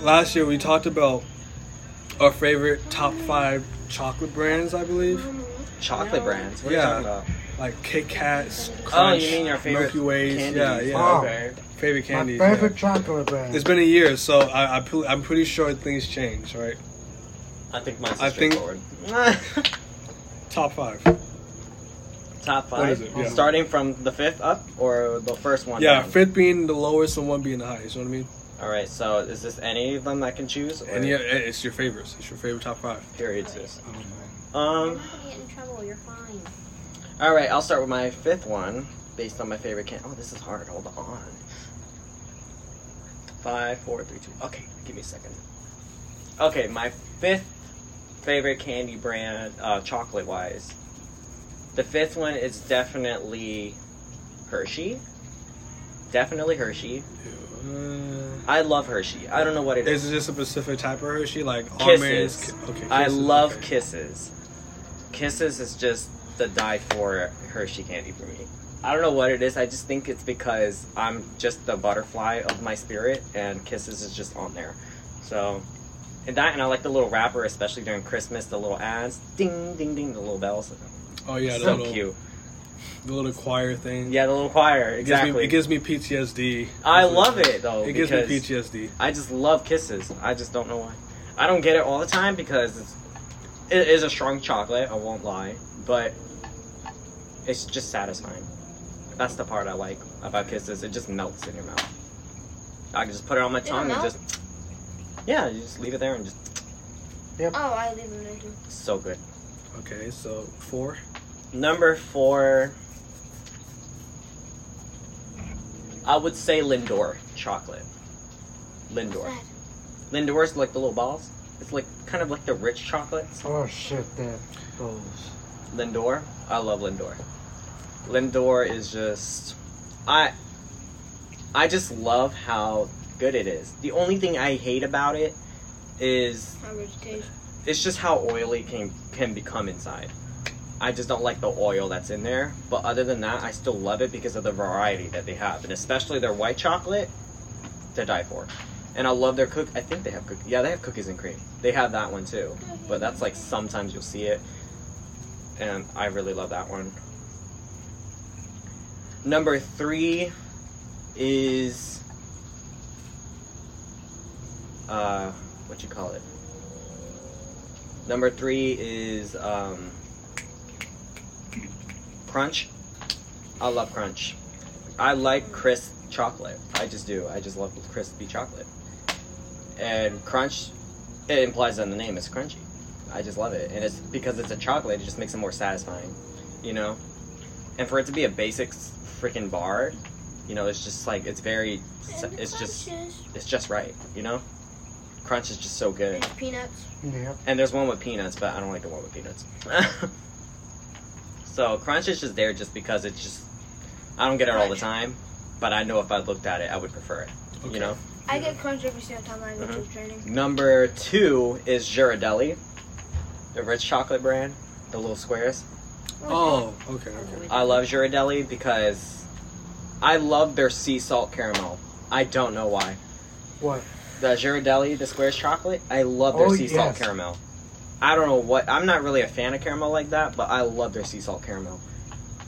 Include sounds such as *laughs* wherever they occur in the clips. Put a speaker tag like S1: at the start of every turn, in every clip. S1: last year we talked about our favorite top five chocolate brands, I believe,
S2: Chocolate brands. What are
S1: Yeah. Oh,
S2: you talking
S1: like Kit Kats, Crunch,
S2: about? Oh, you mean your favorite
S1: Milky Ways,
S2: candy?
S1: yeah, yeah,
S3: Wow.
S2: Okay.
S1: favorite candies.
S3: My
S1: yeah.
S3: favorite chocolate brand.
S1: It's been a year, so I, I pre- I'm pretty sure things change, right?
S2: I think mine's
S1: I think-
S2: straightforward.
S1: Top five.
S2: *laughs* Top five.
S1: What is it? Yeah.
S2: Starting from the fifth up or the first one?
S1: Yeah,
S2: down?
S1: fifth being the lowest and one being the highest. You know what I mean?
S2: All right. So is this any of them I can choose? Or
S1: And yeah, it's your favorites. It's your favorite top five.
S2: periods is.
S3: Oh, man.
S4: You're
S2: Um.
S4: not gonna get in trouble. You're fine.
S2: All right. I'll start with my fifth one, based on my favorite can. Oh, this is hard. Hold on. Five, four, three, two. Okay, give me a second. Okay, my fifth favorite candy brand, uh, chocolate wise. The fifth one is definitely Hershey. Definitely Hershey.
S1: Uh,
S2: I love Hershey. I don't know what it is.
S1: is it just a specific type of Hershey, like
S2: Kisses.
S1: almonds? Ki- Okay,
S2: I
S1: kisses,
S2: love
S1: okay.
S2: kisses. Kisses is just the die for Hershey candy for me. I don't know what it is. I just think it's because I'm just the butterfly of my spirit, and kisses is just on there. So, and that, and I like the little wrapper, especially during Christmas. The little ads, ding, ding, ding, the little bells.
S1: Oh yeah, the
S2: so
S1: little,
S2: cute.
S1: The little choir thing.
S2: Yeah, the little choir.
S1: It gives me-
S2: Exactly.
S1: it gives me PTSD.
S2: I love it though.
S1: It gives me
S2: because-
S1: PTSD.
S2: I just love kisses. I just don't know why. I don't get it all the time because it's, it is a strong chocolate. I won't lie, but it's just satisfying. That's the part I like about kisses. It just melts in your mouth. I can just put it on my
S4: Does it
S2: tongue and
S4: melt?
S2: just yeah, you just leave it there and just
S4: Oh, I didn't know. you-
S2: it's so good.
S1: Okay, so four.
S2: Number four, I would say Lindor chocolate.
S4: What's
S2: Lindor.
S4: that?
S2: Lindor's like the little balls. It's like kind of like the rich chocolates.
S3: Oh shit, that goes.
S2: Lindor. I love Lindor. Lindor is just I I just love how good it is. The only thing I hate about it is
S4: How much taste?
S2: it's just how oily it can can become inside. I just don't like the oil that's in there, but other than that, I still love it because of the variety that they have, and especially their white chocolate to die for. And I love their cook. I think they have cook. Yeah, they have cookies and cream. They have that one too, but that's like sometimes you'll see it, and I really love that one. Number three is uh, what you call it? Number three is um, Crunch. I love Crunch. I like crisp chocolate. I just do. I just love crispy chocolate. And Crunch, it implies in the name, it's crunchy. I just love it. And it's because it's a chocolate, it just makes it more satisfying, you know? And for it to be a basic s- freaking bar, you know, it's just like, it's very, s-
S4: And the
S2: it's just,
S4: crunches.
S2: it's just right, you know? Crunch is just so good.
S4: There's peanuts.
S3: Yep.
S2: And there's one with peanuts, but I don't like the one with peanuts. *laughs* so crunch is just there just because it's just I don't get it all the time, but I know if I looked at it, I would prefer it.
S1: Okay.
S2: You know.
S4: I get crunch every single time I go to
S2: Mhm.
S4: training.
S2: Number two is Girardelli, the rich chocolate brand, the little squares.
S1: Oh, okay, okay.
S2: I love Girardelli because I love their sea salt caramel. I don't know why.
S3: What?
S2: the Girardelli, the squares chocolate. I love their
S3: Oh,
S2: sea salt
S3: yes.
S2: caramel. I don't know what. I'm not really a fan of caramel like that, but I love their sea salt caramel.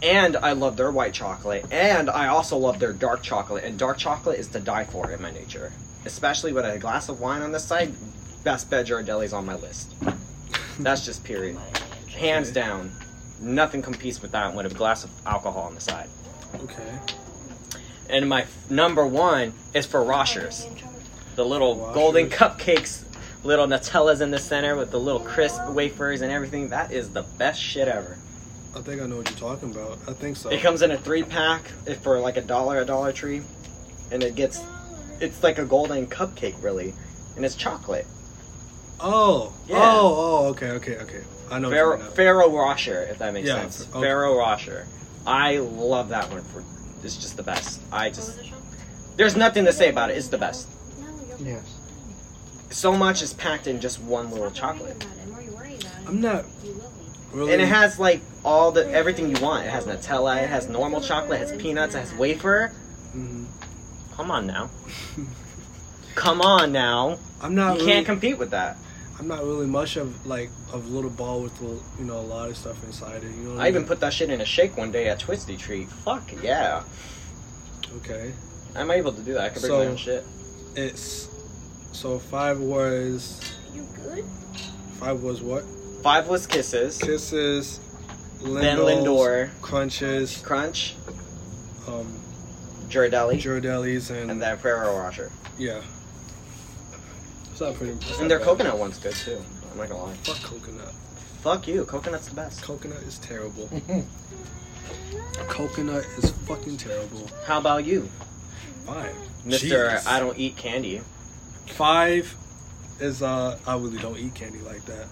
S2: And I love their white chocolate. And I also love their dark chocolate. And dark chocolate is to die for in my nature. Especially with a glass of wine on the side. Best bet Girardelli's on my list. That's just period. Hands down. Nothing competes with that with a glass of alcohol on the side.
S1: Okay.
S2: And my f- number one is for Roshers the little
S1: Washers.
S2: golden *laughs* cupcakes, little Nutellas in the center with the little crisp wafers and everything. That is the best shit ever.
S1: I think I know what you're talking about. I think so.
S2: It comes in a three pack if for like a dollar, a dollar tree, and it gets it's like a golden cupcake really, and it's chocolate.
S1: Oh,
S2: Yeah.
S1: oh, oh, okay, okay, okay. I know. what you
S2: Faro
S1: mean now.
S2: Faro Rocher, if that makes
S1: Yeah,
S2: sense.
S1: f- okay.
S2: Faro Rocher. I love that one for. It's just the best. I just there's nothing to say about it. It's the best.
S3: Yes.
S1: *laughs*
S2: So much is packed in just one little chocolate.
S4: I'm already worried about it.
S1: I'm not
S4: You will be.
S1: really.
S2: And it has like all the everything you want. It has Nutella, it has
S1: mm-hmm.
S2: normal chocolate, it has peanuts, it has wafer.
S1: *laughs* Mhm.
S2: Come on now. Come on now,
S1: I'm not.
S2: you
S1: really,
S2: can't compete with that.
S1: I'm not really much of like of little ball with you know a lot of stuff inside it. You know. What
S2: I even
S1: mean?
S2: put that shit in a shake one day at Twisty Treat. Fuck yeah,
S1: Okay.
S2: I'm able to do that. I can bring my
S1: So-
S2: own shit.
S1: It's so five was
S4: You good?
S1: five was what
S2: Five was kisses,
S1: kisses. Lindors,
S2: then Lindor,
S1: crunches,
S2: Crunch,
S1: um,
S2: Girardelli,
S1: Girardelli's, and,
S2: and then Ferrero Rocher.
S1: yeah. It's not pretty. it's not
S2: And their
S1: bad.
S2: coconut one's good too. I'm not gonna lie.
S1: Fuck coconut.
S2: Fuck you, coconut's the best.
S1: Coconut is terrible. Coconut is fucking terrible.
S2: How about you,
S1: Five.
S2: Mister?
S1: Jesus.
S2: I don't eat candy.
S1: Five is uh I really don't eat candy like that.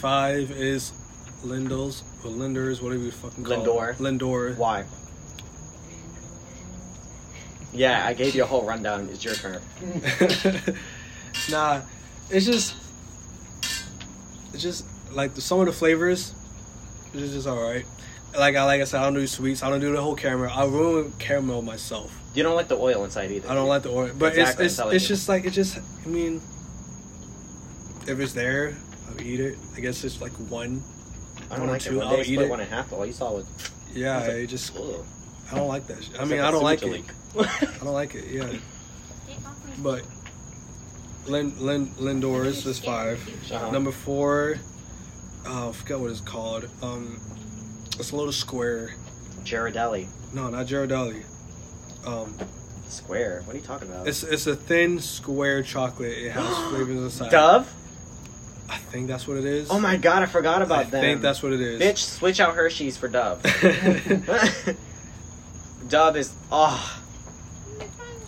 S1: Five is Lindels or Linders, whatever you fucking call
S2: Lindor.
S1: It. Lindor.
S2: Why? Yeah, I gave you a whole rundown. It's your turn.
S1: *laughs* nah, it's just it's just like the, some of the flavors is just all right. Like I like I said, I don't do sweets. I don't do the whole caramel. I ruin caramel myself.
S2: You don't like the oil inside either.
S1: I don't like the orange, but
S2: Exactly,
S1: it's
S2: I'm
S1: it's,
S2: telling
S1: it's
S2: you.
S1: just like it just. I mean, if it's there, I'll eat it. I guess it's like one.
S2: I
S1: one
S2: don't
S1: or
S2: like
S1: two,
S2: it. When
S1: I'll
S2: they
S1: eat
S2: split
S1: it.
S2: one in half, all you saw was.
S1: Yeah,
S2: It's like-
S1: I just
S2: Ugh.
S1: I don't like that. Shit. I
S2: It's
S1: mean,
S2: like
S1: I
S2: a
S1: don't like it.
S2: sewage leak.
S1: *laughs* I don't like it. Yeah, but Lin Lin Lindor is this five.
S2: Uh-huh.
S1: Number four, oh, I forgot what it's called. Um, it's a little square.
S2: Ghirardelli.
S1: No, not Ghirardelli. Um,
S2: Square. What are you talking about?
S1: it's it's a thin square chocolate. It
S2: *gasps*
S1: has flavors inside.
S2: Dove?
S1: I think that's what it is.
S2: Oh my god, I forgot
S1: I
S2: about that. them.
S1: think that's what it is.
S2: Bitch, switch out Hershey's for
S1: *laughs*
S2: Dove. *laughs*
S1: I
S2: Dove is oh,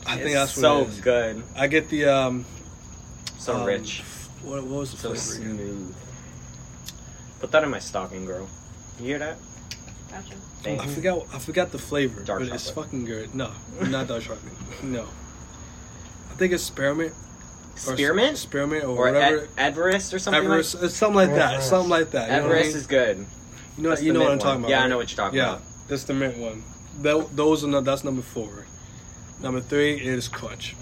S1: think
S2: it's
S1: that's what
S2: so
S1: it is.
S2: good,
S1: I get the um
S2: so
S1: um,
S2: rich,
S1: What, what was the
S2: so
S1: flavor again?
S2: smooth. Put that in my stocking, girl. You hear that?
S4: Gotcha.
S2: Thank
S1: I
S2: you.
S1: forgot. I forgot the flavor,
S2: Dark
S1: but it's
S2: chocolate.
S1: fucking good. No, not dark chocolate. *laughs* No, I think it's spearmint. or s-
S2: Spearmint
S1: Spearmint or,
S2: or
S1: whatever.
S2: Ed- Everest or something
S1: Everest, it's something like that.
S3: Everest.
S1: Something like that. You
S2: like.
S1: know what I
S2: Everest
S1: mean?
S2: is good.
S1: You know,
S2: That's
S1: you
S2: the
S1: know what I'm
S2: mint
S1: talking
S2: one.
S1: about.
S2: Yeah, I
S1: right?
S2: know what you're talking
S1: Yeah,
S2: about.
S1: that's the mint one. Tho- those are no, that's number four. Number three is crunch.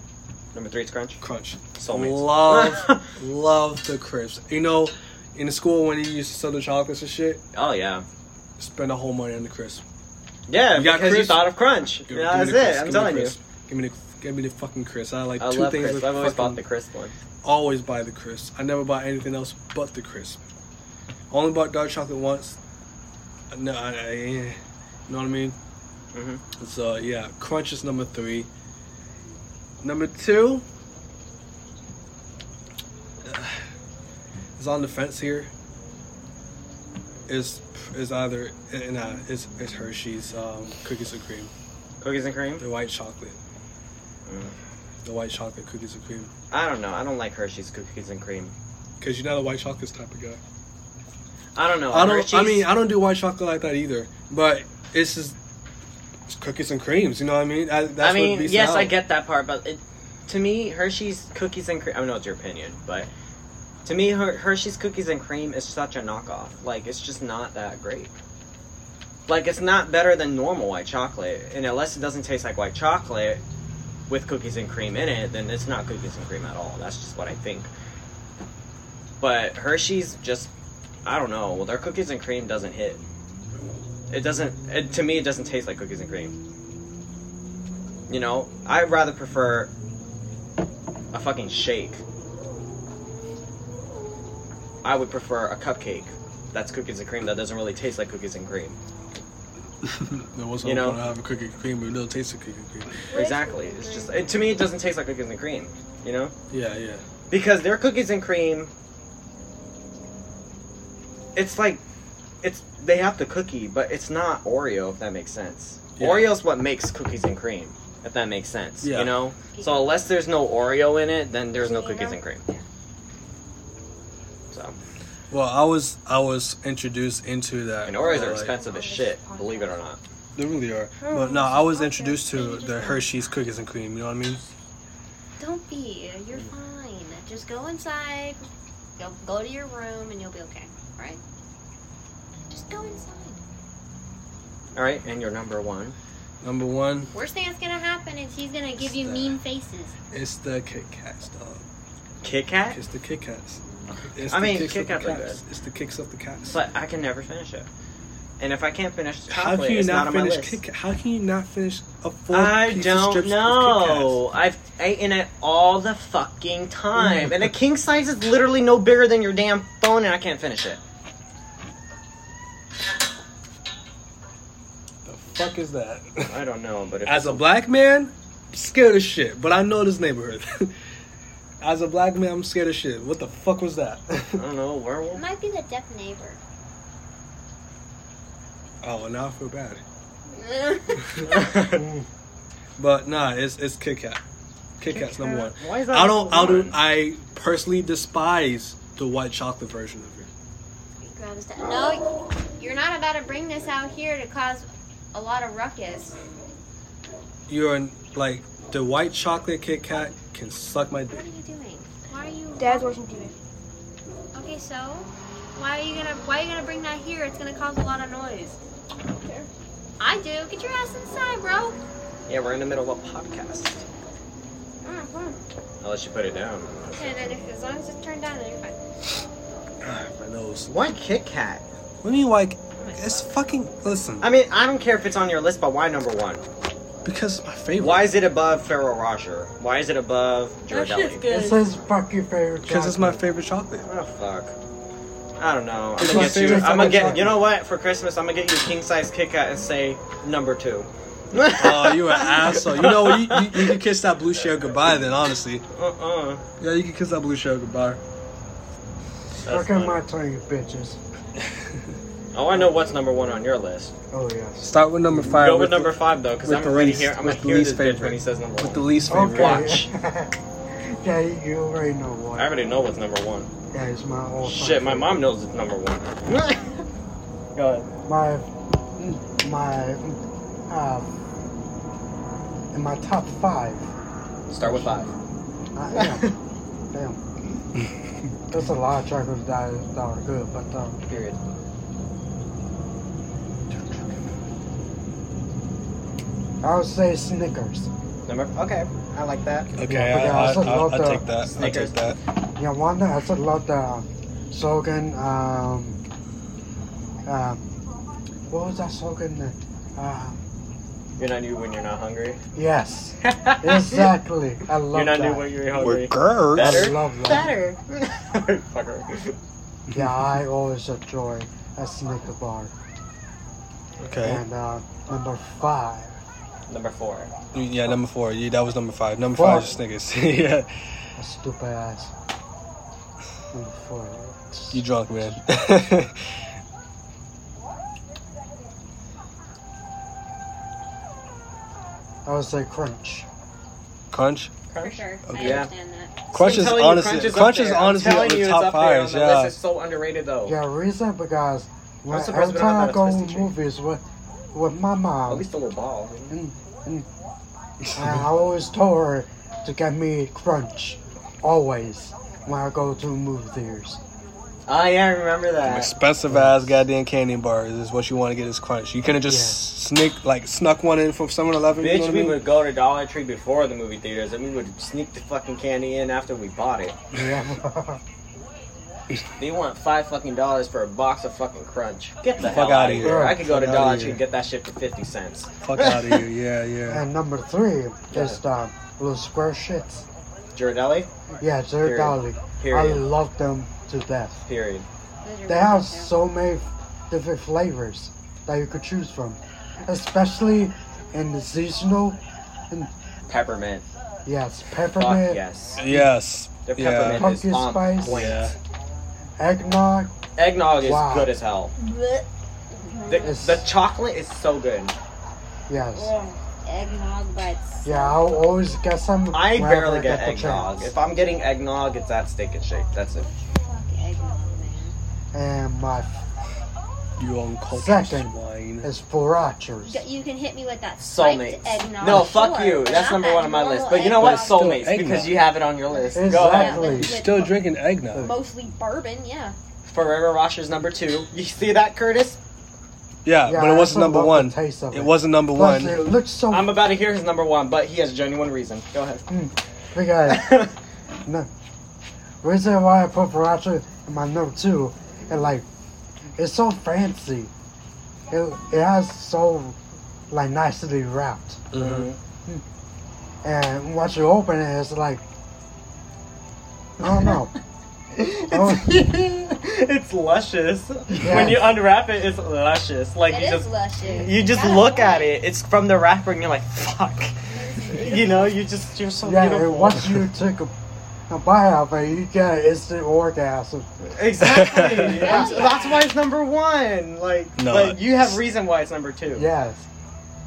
S2: Number three is Crunch.
S1: Crunch.
S2: Soulmates.
S1: Love, love the crisps. You know, in school when you used to sell the chocolates and shit,
S2: *laughs* Oh yeah,
S1: spend a whole money on the crisp.
S2: yeah.
S1: You got
S2: because you
S1: crisp?
S2: thought of Crunch.
S1: Give-
S2: yeah,
S1: give me
S2: that's
S1: the crisp,
S2: it. I'm
S1: give me the
S2: telling you.
S1: crisp. Give me the give me the fucking crisp. I like
S2: I
S1: two
S2: love
S1: things.
S2: crisp.
S1: with
S2: I've always bought the
S1: fucking-
S2: crisp one.
S1: Always buy the crisp. I never buy anything else but the crisp. Only bought dark chocolate once. No, I, I, eh, you know what I mean.
S2: Mhm.
S1: So yeah, crunch is number three. Number two. uh, Is on the fence here. Is is either and uh, it's it's Hershey's um, cookies and cream,
S2: Cookies and cream.
S1: the white chocolate,
S2: Mm.
S1: the white chocolate cookies and cream.
S2: I don't know. I don't like Hershey's cookies and cream.
S1: Cause you're not a white chocolate type of guy.
S2: I don't know.
S1: I don't. I
S2: Hershey's-
S1: mean, I don't do white chocolate like that either. But it's just it's cookies and creams. You know what I mean? I, that's
S2: I mean,
S1: what beats it
S2: yes,
S1: *laughs*
S2: I
S1: out.
S2: get that part, but it, to me, Hershey's cookies and cream. I know it's your opinion, but to me, Her- Hershey's cookies and cream is such a knockoff. Like, it's just not that great. Like, it's not better than normal white chocolate, and unless it doesn't taste like white chocolate with cookies and cream in it, then it's not cookies and cream at all. That's just what I think. But Hershey's just, I don't know. Their cookies and cream doesn't hit. It doesn't. It, to me, it doesn't taste like cookies and cream. You know, I rather prefer a fucking shake. I would prefer a cupcake that's cookies and cream that doesn't really taste like cookies and cream.
S1: There was
S2: You
S1: no
S2: know?
S1: point to have a cookie and cream, but it doesn't taste like cookie and cream.
S2: exactly. It's just it, to me, it doesn't taste like cookies and cream. You know,
S1: Yeah, yeah.
S2: because their cookies and cream, it's like, it's they have the cookie, but it's not Oreo. If that makes sense,
S1: Yeah.
S2: Oreo's what makes cookies and cream. If that makes sense,
S1: Yeah.
S2: you know. So unless there's no Oreo in it, then there's no cookies and cream. So,
S1: Well, I was I was introduced into that. uh,
S2: and Oreos
S1: like,
S2: are expensive as shit, believe it or not.
S1: They really are. But no, I was introduced to the Hershey's cookies and cream. You know what I mean?
S5: Don't be. You're fine. Just go inside. Go go to your room and you'll be okay. All right? Just go inside.
S2: All right, and your number one.
S1: Number one,
S5: Worst thing that's gonna happen is he's gonna give you
S1: Stop.
S5: mean faces.
S1: it's the Kit Kats, dog.
S2: Kit Kat?
S1: It's the Kit Kats. It's
S2: I
S1: the
S2: mean,
S1: kicks
S2: Kit
S1: of the
S2: Kats are
S1: cats. It's the kicks of the cats.
S2: But I can never finish it. And if I can't finish the
S1: how
S2: chocolate,
S1: can you
S2: it's
S1: not,
S2: not, on my
S1: finish
S2: list.
S1: Kit Kat? How can you not finish a full
S2: I
S1: piece of
S2: don't
S1: strips
S2: know. I've eaten it all the fucking
S1: Mm.
S2: time. and a king size is literally no bigger than your damn phone, and I can't finish it.
S1: Of Kit Kats? The fuck is that? *laughs*
S2: I don't know, but if
S1: As a black man, scared of shit. But I know this neighborhood. *laughs* As a black man, I'm scared of shit. What the fuck was that? *laughs*
S2: I don't know, werewolf?
S5: It might be the deaf neighbor.
S1: oh, now I feel
S2: *laughs*
S1: bad.
S2: Why
S3: Mm.
S1: But nah, it's it's Kit Kat. Kit Kat's number one.
S2: is
S1: I don't. I
S2: number
S1: don't.
S2: one?
S1: I personally despise the white chocolate version of it.
S5: He grabs that. No, you're not about to bring this out here to cause a lot of ruckus.
S1: You're in, like the white chocolate Kit Kat can suck my dick.
S5: What are you doing? Why are you?
S4: Dad's watching TV.
S5: Okay, so why are you gonna why are you gonna bring that here? It's gonna cause a lot of noise. I do. Get your ass inside, bro.
S2: *laughs* Yeah, we're in the middle of a podcast.
S5: Mm, mm.
S2: Unless you put it down.
S5: Okay, then if, as long as it's turned down, then you're fine.
S1: my nose.
S2: Why Kit Kat?
S1: What do you like? It's fucking. Listen,
S2: I mean, I don't care if it's on your list, but why number one?
S1: because it's my favorite.
S2: Why is it above Ferrero Rocher? Why is it above
S4: That shit's
S2: Ghirardelli?
S4: good.
S3: It says fuck your favorite
S1: Because it's my favorite chocolate.
S2: Oh fuck. I don't know. I'm
S1: It's
S2: gonna
S1: my
S2: get you.
S1: favorite
S2: I'm gonna
S1: fucking
S2: get.
S1: chocolate.
S2: You know what? For Christmas, I'm gonna get you a king size Kit Kat and say number two.
S1: *laughs* Oh, you an asshole. You know what? You, you, you can kiss that blue shell goodbye then, honestly.
S2: Uh uh.
S1: Yeah, you can kiss that blue shell goodbye.
S3: Fuck on my turn, you bitches.
S2: Oh, I know what's number one on your list.
S3: Oh yes.
S1: Start with number five.
S2: Go with
S1: the-
S2: number five though, because
S1: with
S2: I'm
S1: the
S2: ready
S1: least-
S2: here. I'm gonna
S1: with the
S2: hear this
S1: least
S2: bitch when
S1: favorite.
S2: he says number
S1: With the
S2: one.
S1: least favorite.
S3: Okay.
S2: Watch.
S3: *laughs* yeah, you, you already know what.
S2: I already know what's number one.
S3: That is my
S1: Oh,
S3: all.
S2: Shit, my mom knows it's number
S1: *laughs*
S2: one. Go ahead.
S3: My my um. In my top five.
S2: Start with five.
S3: I
S1: *laughs*
S3: am. Damn. There's a lot of chocolates that, that are good, but um,
S2: Period.
S3: I would say Snickers.
S2: Number. Okay, I like that.
S1: Okay,
S3: Yeah, but I
S1: I, I,
S3: also love
S1: I, I
S3: the
S1: take that. I
S2: Snickers.
S1: take that.
S3: Yeah, one that has a lot of slogan. Um, um, what was that slogan? that- Uh,
S2: You're not new when you're not hungry.
S3: yes,
S2: *laughs*
S3: exactly. I love
S2: You're not new
S3: that.
S2: when you're
S1: We're
S2: hungry.
S1: girls.
S3: I
S2: Better?
S3: love that.
S2: Better. *laughs* Fucker.
S3: Yeah, I always enjoy a Snicker bar.
S1: Okay.
S3: And uh, number five.
S2: Number four.
S1: Yeah, number four. Yeah, that was number five. Number
S3: Four.
S1: five is Snickers. *laughs* yeah.
S3: A stupid ass. Number four.
S1: You drunk, man. *laughs*
S3: I would say crunch.
S1: Crunch.
S5: For sure.
S1: Okay.
S5: I
S2: Oh, Yeah.
S5: understand that.
S1: Crunch
S2: I'm
S1: is
S2: telling you,
S1: honestly.
S2: up
S1: Crunch is
S2: there. I'm
S1: honestly
S2: telling
S1: on the
S2: you, it's
S1: top
S2: up there on
S1: five.
S2: the
S1: Yeah.
S2: list. It's so underrated though.
S3: Yeah, reason because when,
S2: surprised
S3: every
S2: we don't have
S3: time I
S2: that
S3: go
S2: twisted
S3: to
S2: tree.
S3: movies with with my mom,
S2: At least a little ball.
S3: and, and *laughs*
S1: *laughs*
S3: I I always told her to get me crunch, always when I go to movie
S2: *laughs*
S3: theaters.
S2: Oh yeah, I remember
S1: Some
S2: that.
S1: expensive ass goddamn candy bars is what you want to get is crunch. You couldn't just sneak like snuck one in from 7-Eleven. you know what
S2: Bitch,
S1: I
S2: we
S1: mean?
S2: would go to Dollar Tree before the movie theaters, and we would sneak the fucking candy in after we bought it.
S3: Yeah,
S2: They want five fucking dollars for a box of fucking crunch. Get the
S1: Fuck
S2: hell
S1: outta
S2: out of
S1: here.
S2: here! I could go
S1: Fuck
S2: to
S1: outta
S2: Dollar
S1: here.
S2: Tree and get that shit for fifty cents.
S1: Fuck out of here. Yeah, yeah.
S3: *laughs* and number three is the little square shits.
S2: Girardelli.
S3: Yeah, they're
S2: Period.
S3: dolly. I
S2: Period.
S3: love them to death.
S2: Period.
S5: Those are
S3: They have
S5: really good.
S3: so many different flavors that you could choose from, especially in the seasonal.
S2: Peppermint.
S3: Yes,
S2: Fuck
S3: peppermint,
S2: yes.
S1: Yes.
S2: Their
S1: Yeah.
S2: peppermint is
S3: Pumpkin
S2: on
S3: spice.
S2: point.
S1: Yeah.
S3: eggnog.
S2: Eggnog is
S3: Wow.
S2: good as hell. The,
S3: It's-
S2: the chocolate is so good.
S3: Yes.
S5: Eggnog by itself.
S3: Yeah, I'll always get some.
S2: I
S3: whenever
S2: barely get
S3: the
S2: eggnog.
S3: chance.
S2: If I'm getting eggnog, it's at Steak and Shake. That's it.
S5: Fuck eggnog, man.
S3: And my
S1: You on culture
S3: Second.
S1: swine.
S3: is Borrachers.
S5: You can hit me with that spiked
S2: Soulmates.
S5: eggnog.
S2: No, fuck
S5: sure,
S2: you.
S5: but
S2: That's
S5: not
S2: number
S5: that
S2: one on my
S5: normal
S2: list. But you know what?
S5: eggnog.
S2: Soulmates,
S1: Eggnog.
S2: because you have it on your list. Go ahead.
S3: Exactly.
S5: Yeah,
S1: You're
S5: with-
S1: still
S5: with
S1: drinking eggnog.
S5: Mostly bourbon, yeah.
S2: Ferrero Rocher's number two. You see that, Curtis?
S1: Yeah,
S3: Yeah,
S1: but
S3: I
S1: it
S3: also
S1: wasn't number
S3: love the
S1: one.
S3: taste of
S1: It
S3: it.
S1: wasn't number
S3: Plus,
S1: one.
S3: it looks so.
S2: I'm about to hear his number one, but he has genuine reason. Go
S3: *laughs*
S2: ahead.
S3: big ass. no. Reason why I put Viracho in my number two, and like, it's so fancy. It, it has so, like, nicely wrapped.
S1: Mhm.
S3: And once you open it, it's like, I
S2: *laughs*
S3: don't know.
S2: It's, *laughs* it's luscious. When you unwrap it, it's luscious. Like
S6: It
S2: you
S6: is
S2: just
S6: luscious.
S2: you just look at
S6: *laughs*
S2: it. It's from the wrapper, and you're like, *laughs* fuck. You know, you just you're so
S3: yeah,
S2: beautiful.
S3: and once you took a, a bite of it, you get an instant orgasm. *laughs*
S2: Exactly. that's, that's why it's number one. Like,
S1: No,
S2: but you have
S1: it's-
S2: reason why it's number two.
S3: Yes.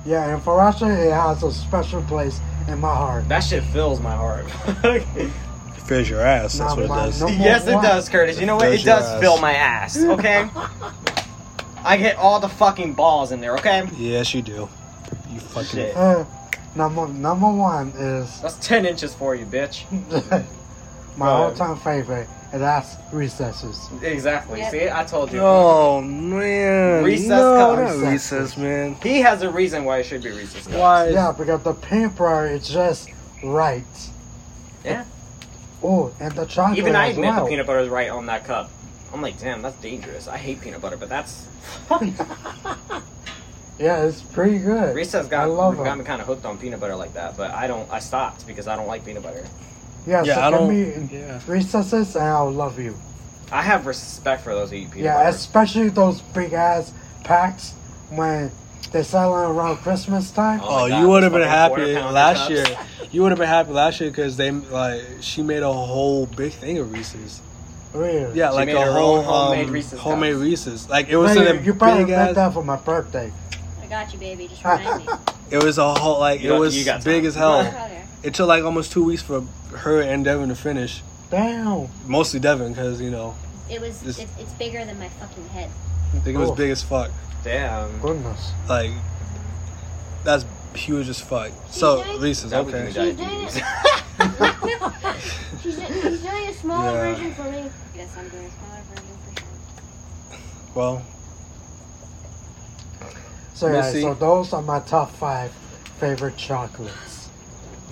S3: Yeah, and Viracho, it has a special place in my heart.
S2: That shit fills my heart.
S1: Fills your ass. That's
S3: Nah,
S1: what it
S3: my
S1: does.
S2: *laughs*
S3: number-
S2: yes, it
S3: one.
S2: does, Curtis. You know what?
S1: Fills
S2: It
S1: your
S2: does
S1: ass.
S2: fill my
S3: *laughs*
S2: ass. Okay. I get all the fucking balls in there. Okay.
S1: Yes, you do. You fucking.
S2: Shit.
S3: Uh, number number one is
S2: That's ten inches for you, bitch.
S3: my all-time favorite, and that's recesses.
S2: Exactly.
S6: Yep.
S2: See, I told you.
S1: Oh man.
S2: Recess
S1: no,
S2: cups.
S1: not recess, man.
S2: He has a reason why it should be Reese's Cups.
S1: Why?
S3: Yeah, because the pink part is just right.
S2: Yeah.
S3: Oh, and the chocolate
S2: Even I
S3: as
S2: admit
S3: well.
S2: the
S3: *laughs*
S2: peanut butter is right on that cup. I'm like, damn, that's dangerous. I hate peanut butter, but that's.
S3: Yeah, it's pretty good.
S2: Reese's
S3: I
S2: got,
S3: love
S2: got me
S3: them.
S2: kind of hooked on peanut butter like that, but I don't. I stopped because I don't like peanut butter.
S3: Yeah,
S1: Yeah,
S3: so
S1: I
S3: give
S1: don't-
S3: me
S1: yeah.
S3: recesses, and I'll love you.
S2: I have respect for those who eat peanut
S3: yeah,
S2: butter.
S3: especially those big ass packs when they sell them around Christmas time.
S2: Oh.
S1: Oh,
S2: my God,
S1: you would have been
S2: fucking
S1: happy
S2: quarter pounder
S1: last
S2: cups.
S1: year. You would have been happy last year because they like she made a whole big thing of Reese's.
S3: Really?
S1: Yeah,
S2: She
S1: like
S2: made
S1: a
S2: her
S1: whole
S2: own homemade
S1: um,
S2: Reese's
S1: homemade
S2: cups.
S1: Reese's. Like it was
S3: Man,
S1: in a
S3: you, you probably
S1: big
S3: meant
S1: ass.
S3: that for my birthday.
S6: I got you, baby.
S2: *laughs*
S6: Just remind me.
S1: It was a whole like
S2: You
S1: it
S2: got-
S1: was
S2: you got
S1: big
S2: time.
S1: as hell.
S6: Okay.
S1: It took like almost two weeks for her and Devin to finish.
S3: *laughs* Damn.
S1: Mostly Devin because you know
S6: It was.
S1: This-
S6: It's, it's bigger than my fucking head.
S1: I think it was
S3: Cool.
S1: big as fuck.
S2: Damn.
S3: Goodness.
S1: Like that's huge as fuck. So
S4: did?
S1: Reese's
S2: That would give
S1: okay.
S2: me
S4: She did
S2: diabetes.
S4: *laughs* it. She's, she's doing a smaller
S1: Yeah.
S4: version for me.
S6: Yes, I'm doing a smaller version for sure.
S1: Well,
S3: So yeah,
S1: Missy.
S3: so those are my top five favorite chocolates.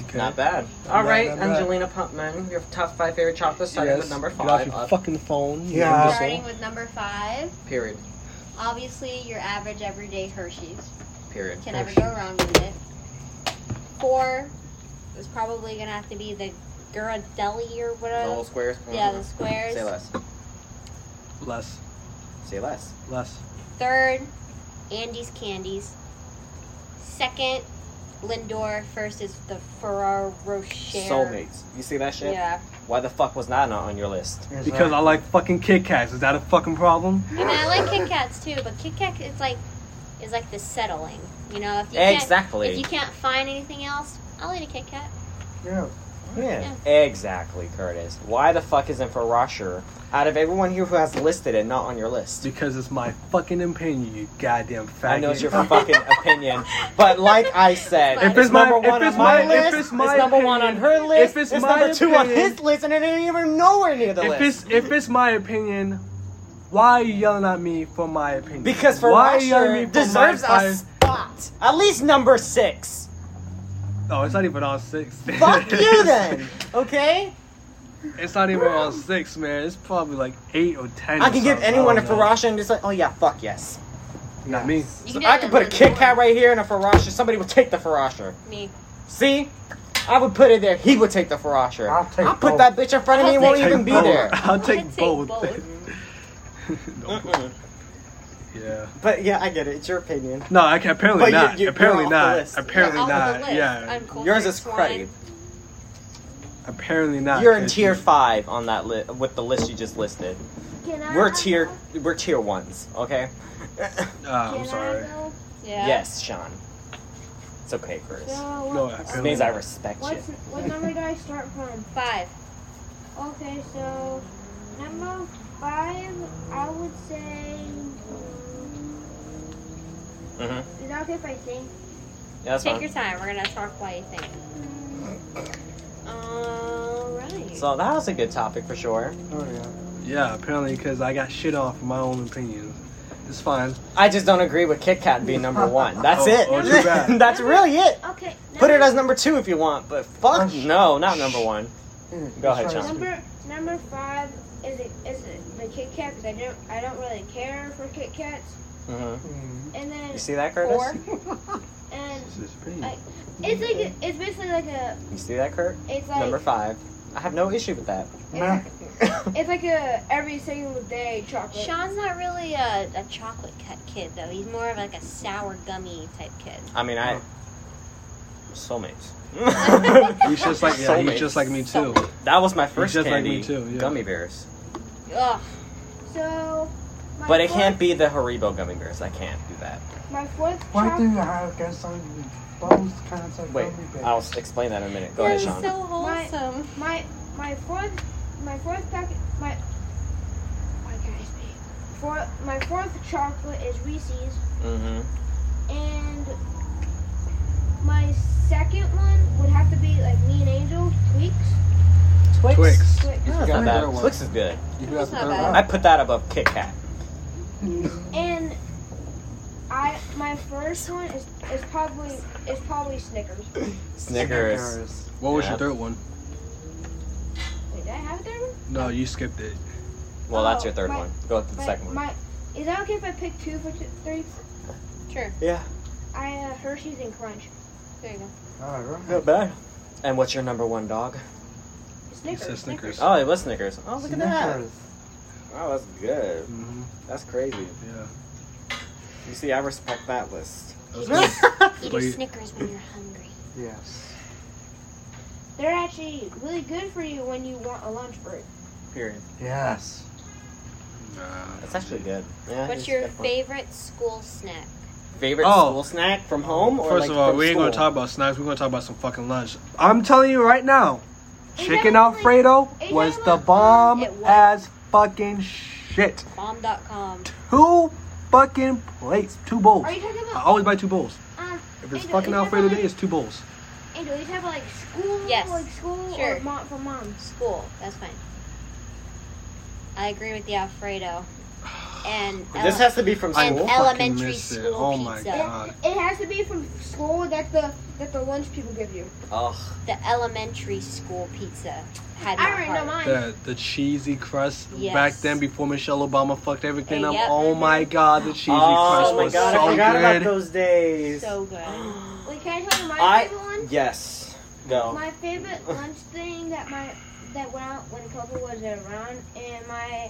S1: okay.
S2: Not bad. All
S1: Not-
S2: right,
S1: not bad.
S2: Angelina Putman, your top five favorite chocolates starting
S1: Yes.
S2: with number
S1: Get off
S2: five.
S1: your
S2: up.
S1: fucking phone. you
S3: Yeah.
S1: imbecile.
S5: Starting with number five,
S2: period.
S5: obviously your average everyday Hershey's.
S2: Period.
S5: Can never go wrong with it. Four is probably gonna have to be the Ghirardelli or
S2: The
S5: whatever.
S2: little squares.
S5: Yeah, the
S2: Mhm.
S5: squares.
S2: Say less.
S1: Less,
S2: Say less.
S1: less.
S5: Third, Andy's Candies. Second, Lindor. First is the Ferrero Rocher.
S2: Soulmates. You see that shit?
S5: Yeah.
S2: Why the fuck was that not on your list?
S3: Is
S1: Because
S3: that-
S1: I like fucking Kit Kats. Is that a fucking problem?
S5: I mean, I like Kit Kats too, but Kit Kat is like is like the settling. You know, if you
S2: Exactly.
S5: can't if you can't find anything else, I'll eat a Kit Kat.
S3: yeah.
S2: Yeah. Exactly, Curtis. Why the fuck isn't Farasher out of everyone here who has listed it not on your list?
S1: Because it's my fucking opinion, you goddamn faggot.
S2: I know it's your fucking opinion, but like I said,
S5: If
S2: it's,
S5: it's
S1: my-
S2: number one
S1: if it's
S2: on my,
S1: my- if
S2: list,
S1: it's
S2: it's,
S1: my
S2: number one on
S1: opinion-
S2: her list,
S1: if it's
S2: it's,
S1: my
S2: number two on
S1: opinion-
S2: his list, and it ain't even nowhere near the
S1: If
S2: list.
S1: it's if it's my opinion, why are you yelling at me for my opinion?
S2: Because
S1: why are you yelling at me
S2: Farasher
S1: for
S2: deserves
S1: my
S2: a
S1: five-
S2: spot, at least number six.
S1: No, Oh, it's not even on six. *laughs*
S2: Fuck you then, okay?
S1: It's not even on six, man. It's probably like eight or ten.
S2: I
S1: or
S2: can give
S1: something.
S2: anyone a
S1: I don't know.
S2: Farasher and just like, oh yeah, fuck yes.
S1: Not me.
S5: You
S2: So
S5: do
S2: I
S5: it
S2: could
S5: with
S2: put a Kit
S5: Lindor.
S2: Kat right here and a Farasher. Somebody would take the Farasher.
S5: Me.
S2: See? I would put it there. He would take the Farasher.
S3: I'll take
S2: put
S3: both.
S2: that bitch in front of me. It
S5: I'll
S2: won't
S5: take
S2: even be
S1: both.
S2: there.
S1: *laughs* I'll
S5: I'd
S1: take
S5: take
S1: both.
S5: both.
S1: *laughs* Don't put-
S2: Mm-mm.
S1: yeah.
S2: But yeah, I get it. It's your opinion.
S1: No, I can, apparently
S2: But you-
S1: not.
S2: you- you're
S1: apparently
S2: off the
S1: not.
S2: list.
S1: Apparently
S5: You're off
S1: not.
S5: the list.
S1: Yeah.
S5: Uncultured
S2: Yours is
S5: swine.
S2: cruddy.
S1: apparently not.
S2: You're in
S1: 'cause
S2: tier
S1: you-
S2: five on that list with the list you just listed.
S4: Can I
S2: We're tier we're tier ones. Okay.
S1: Oh,
S4: Can
S1: I'm sorry.
S4: I go?
S5: Yeah.
S2: Yes, Sean. It's okay, Chris.
S4: So,
S1: No,
S4: what-
S2: This
S1: apparently
S2: means I
S1: not.
S2: respect you.
S4: what's, what number do I start from?
S5: Five.
S4: Okay, so number five, I would say.
S2: Mhm.
S4: Is that okay if I think?
S2: Yeah, that's
S5: Take your
S2: fine.
S5: time. We're gonna talk while you think. Alright.
S2: So that was a good topic for sure.
S3: Oh yeah.
S1: Yeah, apparently because I got shit on for my own opinions. It's fine.
S2: I just don't agree with Kit Kat
S5: *laughs*
S2: being number one. That's
S1: Oh,
S2: it.
S1: oh, too bad.
S2: *laughs* That's really it.
S4: Okay.
S2: Put it
S4: number-
S2: as number two if you want, but fuck
S3: Gosh.
S2: no, not number one. Go ahead, John.
S4: Number number five is it is it the Kit Kat because I don't I don't really care for Kit Kats
S2: Mhm.
S4: and then
S2: You see that, Curtis?
S4: four and
S7: This is pretty.
S4: I- it's like a- it's basically like a
S2: You see that, Kurt?
S4: it's like
S2: number five. I have no issue with that.
S3: Nah.
S4: it's like a every single day chocolate.
S6: Sean's not really a, a chocolate cut kid though. He's more of like a sour gummy type kid.
S2: I mean, I
S4: *laughs*
S2: soulmates.
S1: Oh. He's just like yeah, he's
S2: Soulmates.
S1: just like me too.
S2: That was my first
S1: just like
S2: candy.
S1: me too, yeah.
S2: Gummy bears,
S6: Ugh.
S4: So. My
S2: but it
S4: fourth-
S2: can't be the Haribo gummy bears. I can't do that.
S4: My fourth
S3: Why do
S4: chocolate.
S3: you have against on those kinds of
S2: Wait,
S3: gummy bears?
S2: I'll s- explain that in a minute. Go ahead,
S6: That's
S2: Sean.
S6: so wholesome.
S4: My my fourth my fourth packet my. Why can't I speak? For my fourth chocolate is Reese's.
S2: hmm
S4: And my second one would have to be like me and Angel Tweaks.
S2: Twix.
S1: Twix.
S4: Twix.
S2: That's
S7: forgot
S2: not
S7: the
S2: bad.
S7: third one.
S2: Twix is good.
S7: You forgot the
S6: not
S7: third
S6: bad.
S7: one.
S2: I put that above Kit Kat.
S4: And I my first one is, is probably is probably Snickers.
S2: *coughs* Snickers.
S1: What was
S2: Yeah.
S1: your third one?
S4: Wait, did I have a third one?
S1: No, you skipped it.
S2: Well, that's your third
S4: My-
S2: one. Go with the
S4: My-
S2: second one.
S4: My, is that okay if I pick two for two, three?
S6: Sure.
S2: yeah,
S4: I uh, Hershey's and Crunch.
S6: There you go.
S3: Alright.
S2: not bad. And what's your number one dog?
S1: You
S4: Snickers.
S1: said Snickers.
S2: Oh, it was Snickers. Oh, look at that.
S3: Snickers. Mm-hmm.
S2: Oh, that's good.
S1: Mhm,
S2: That's crazy.
S1: Yeah.
S2: You see, I respect that list.
S1: That's good.
S6: Eat
S1: Wait.
S6: a Snickers when you're hungry.
S3: Yes.
S4: They're actually really good for you when you want a lunch break.
S2: *laughs* Period.
S3: Yes.
S1: Nah.
S2: That's actually good. Yeah,
S6: What's
S2: it's
S6: your
S2: a good one.
S6: favorite school snack?
S2: favorite
S1: Oh.
S2: school snack from home? Or
S1: First
S2: like,
S1: of all,
S2: from
S1: we ain't gonna
S2: school?
S1: talk about snacks. We're gonna talk about some fucking lunch. I'm telling you right now, chicken Alfredo
S4: Hey,
S1: was
S4: Jalen.
S1: the bomb
S6: It was.
S1: as fucking shit.
S6: Mom.com.
S1: Two fucking plates, two bowls.
S4: Are you talking
S1: I
S4: about?
S2: Oh.
S1: always buy two bowls.
S6: Ah,
S4: Uh,
S1: If it's
S4: Angel,
S1: fucking
S4: you have
S1: Alfredo
S4: a-
S1: day, it's two bowls.
S4: Angel, you have like school,
S6: Yes.
S4: like school,
S6: Sure.
S4: or mom for mom.
S6: School. That's fine. I agree with the Alfredo. And
S2: This has to be from
S1: I
S6: And
S2: school.
S1: fucking
S6: elementary
S1: miss it.
S6: school
S1: Oh my
S6: pizza.
S2: Uh,
S1: god.
S4: It has to be from school that the that the lunch people give you.
S2: Ugh.
S6: the elementary school pizza had
S4: I
S6: my
S4: already
S6: heart.
S4: know mine.
S1: The, the cheesy crust
S6: Yes.
S1: back then before Michelle Obama fucked everything
S6: Hey,
S1: up.
S6: yep. Mm-hmm.
S1: Oh my god, the cheesy crust
S2: Oh my
S1: was
S2: god,
S1: so
S2: I forgot
S1: good.
S2: about those days.
S6: So good.
S4: Wait, can I tell you my
S2: I-
S4: favorite one?
S2: yes. Go.
S4: My favorite lunch thing that my that went out when COVID was around, and my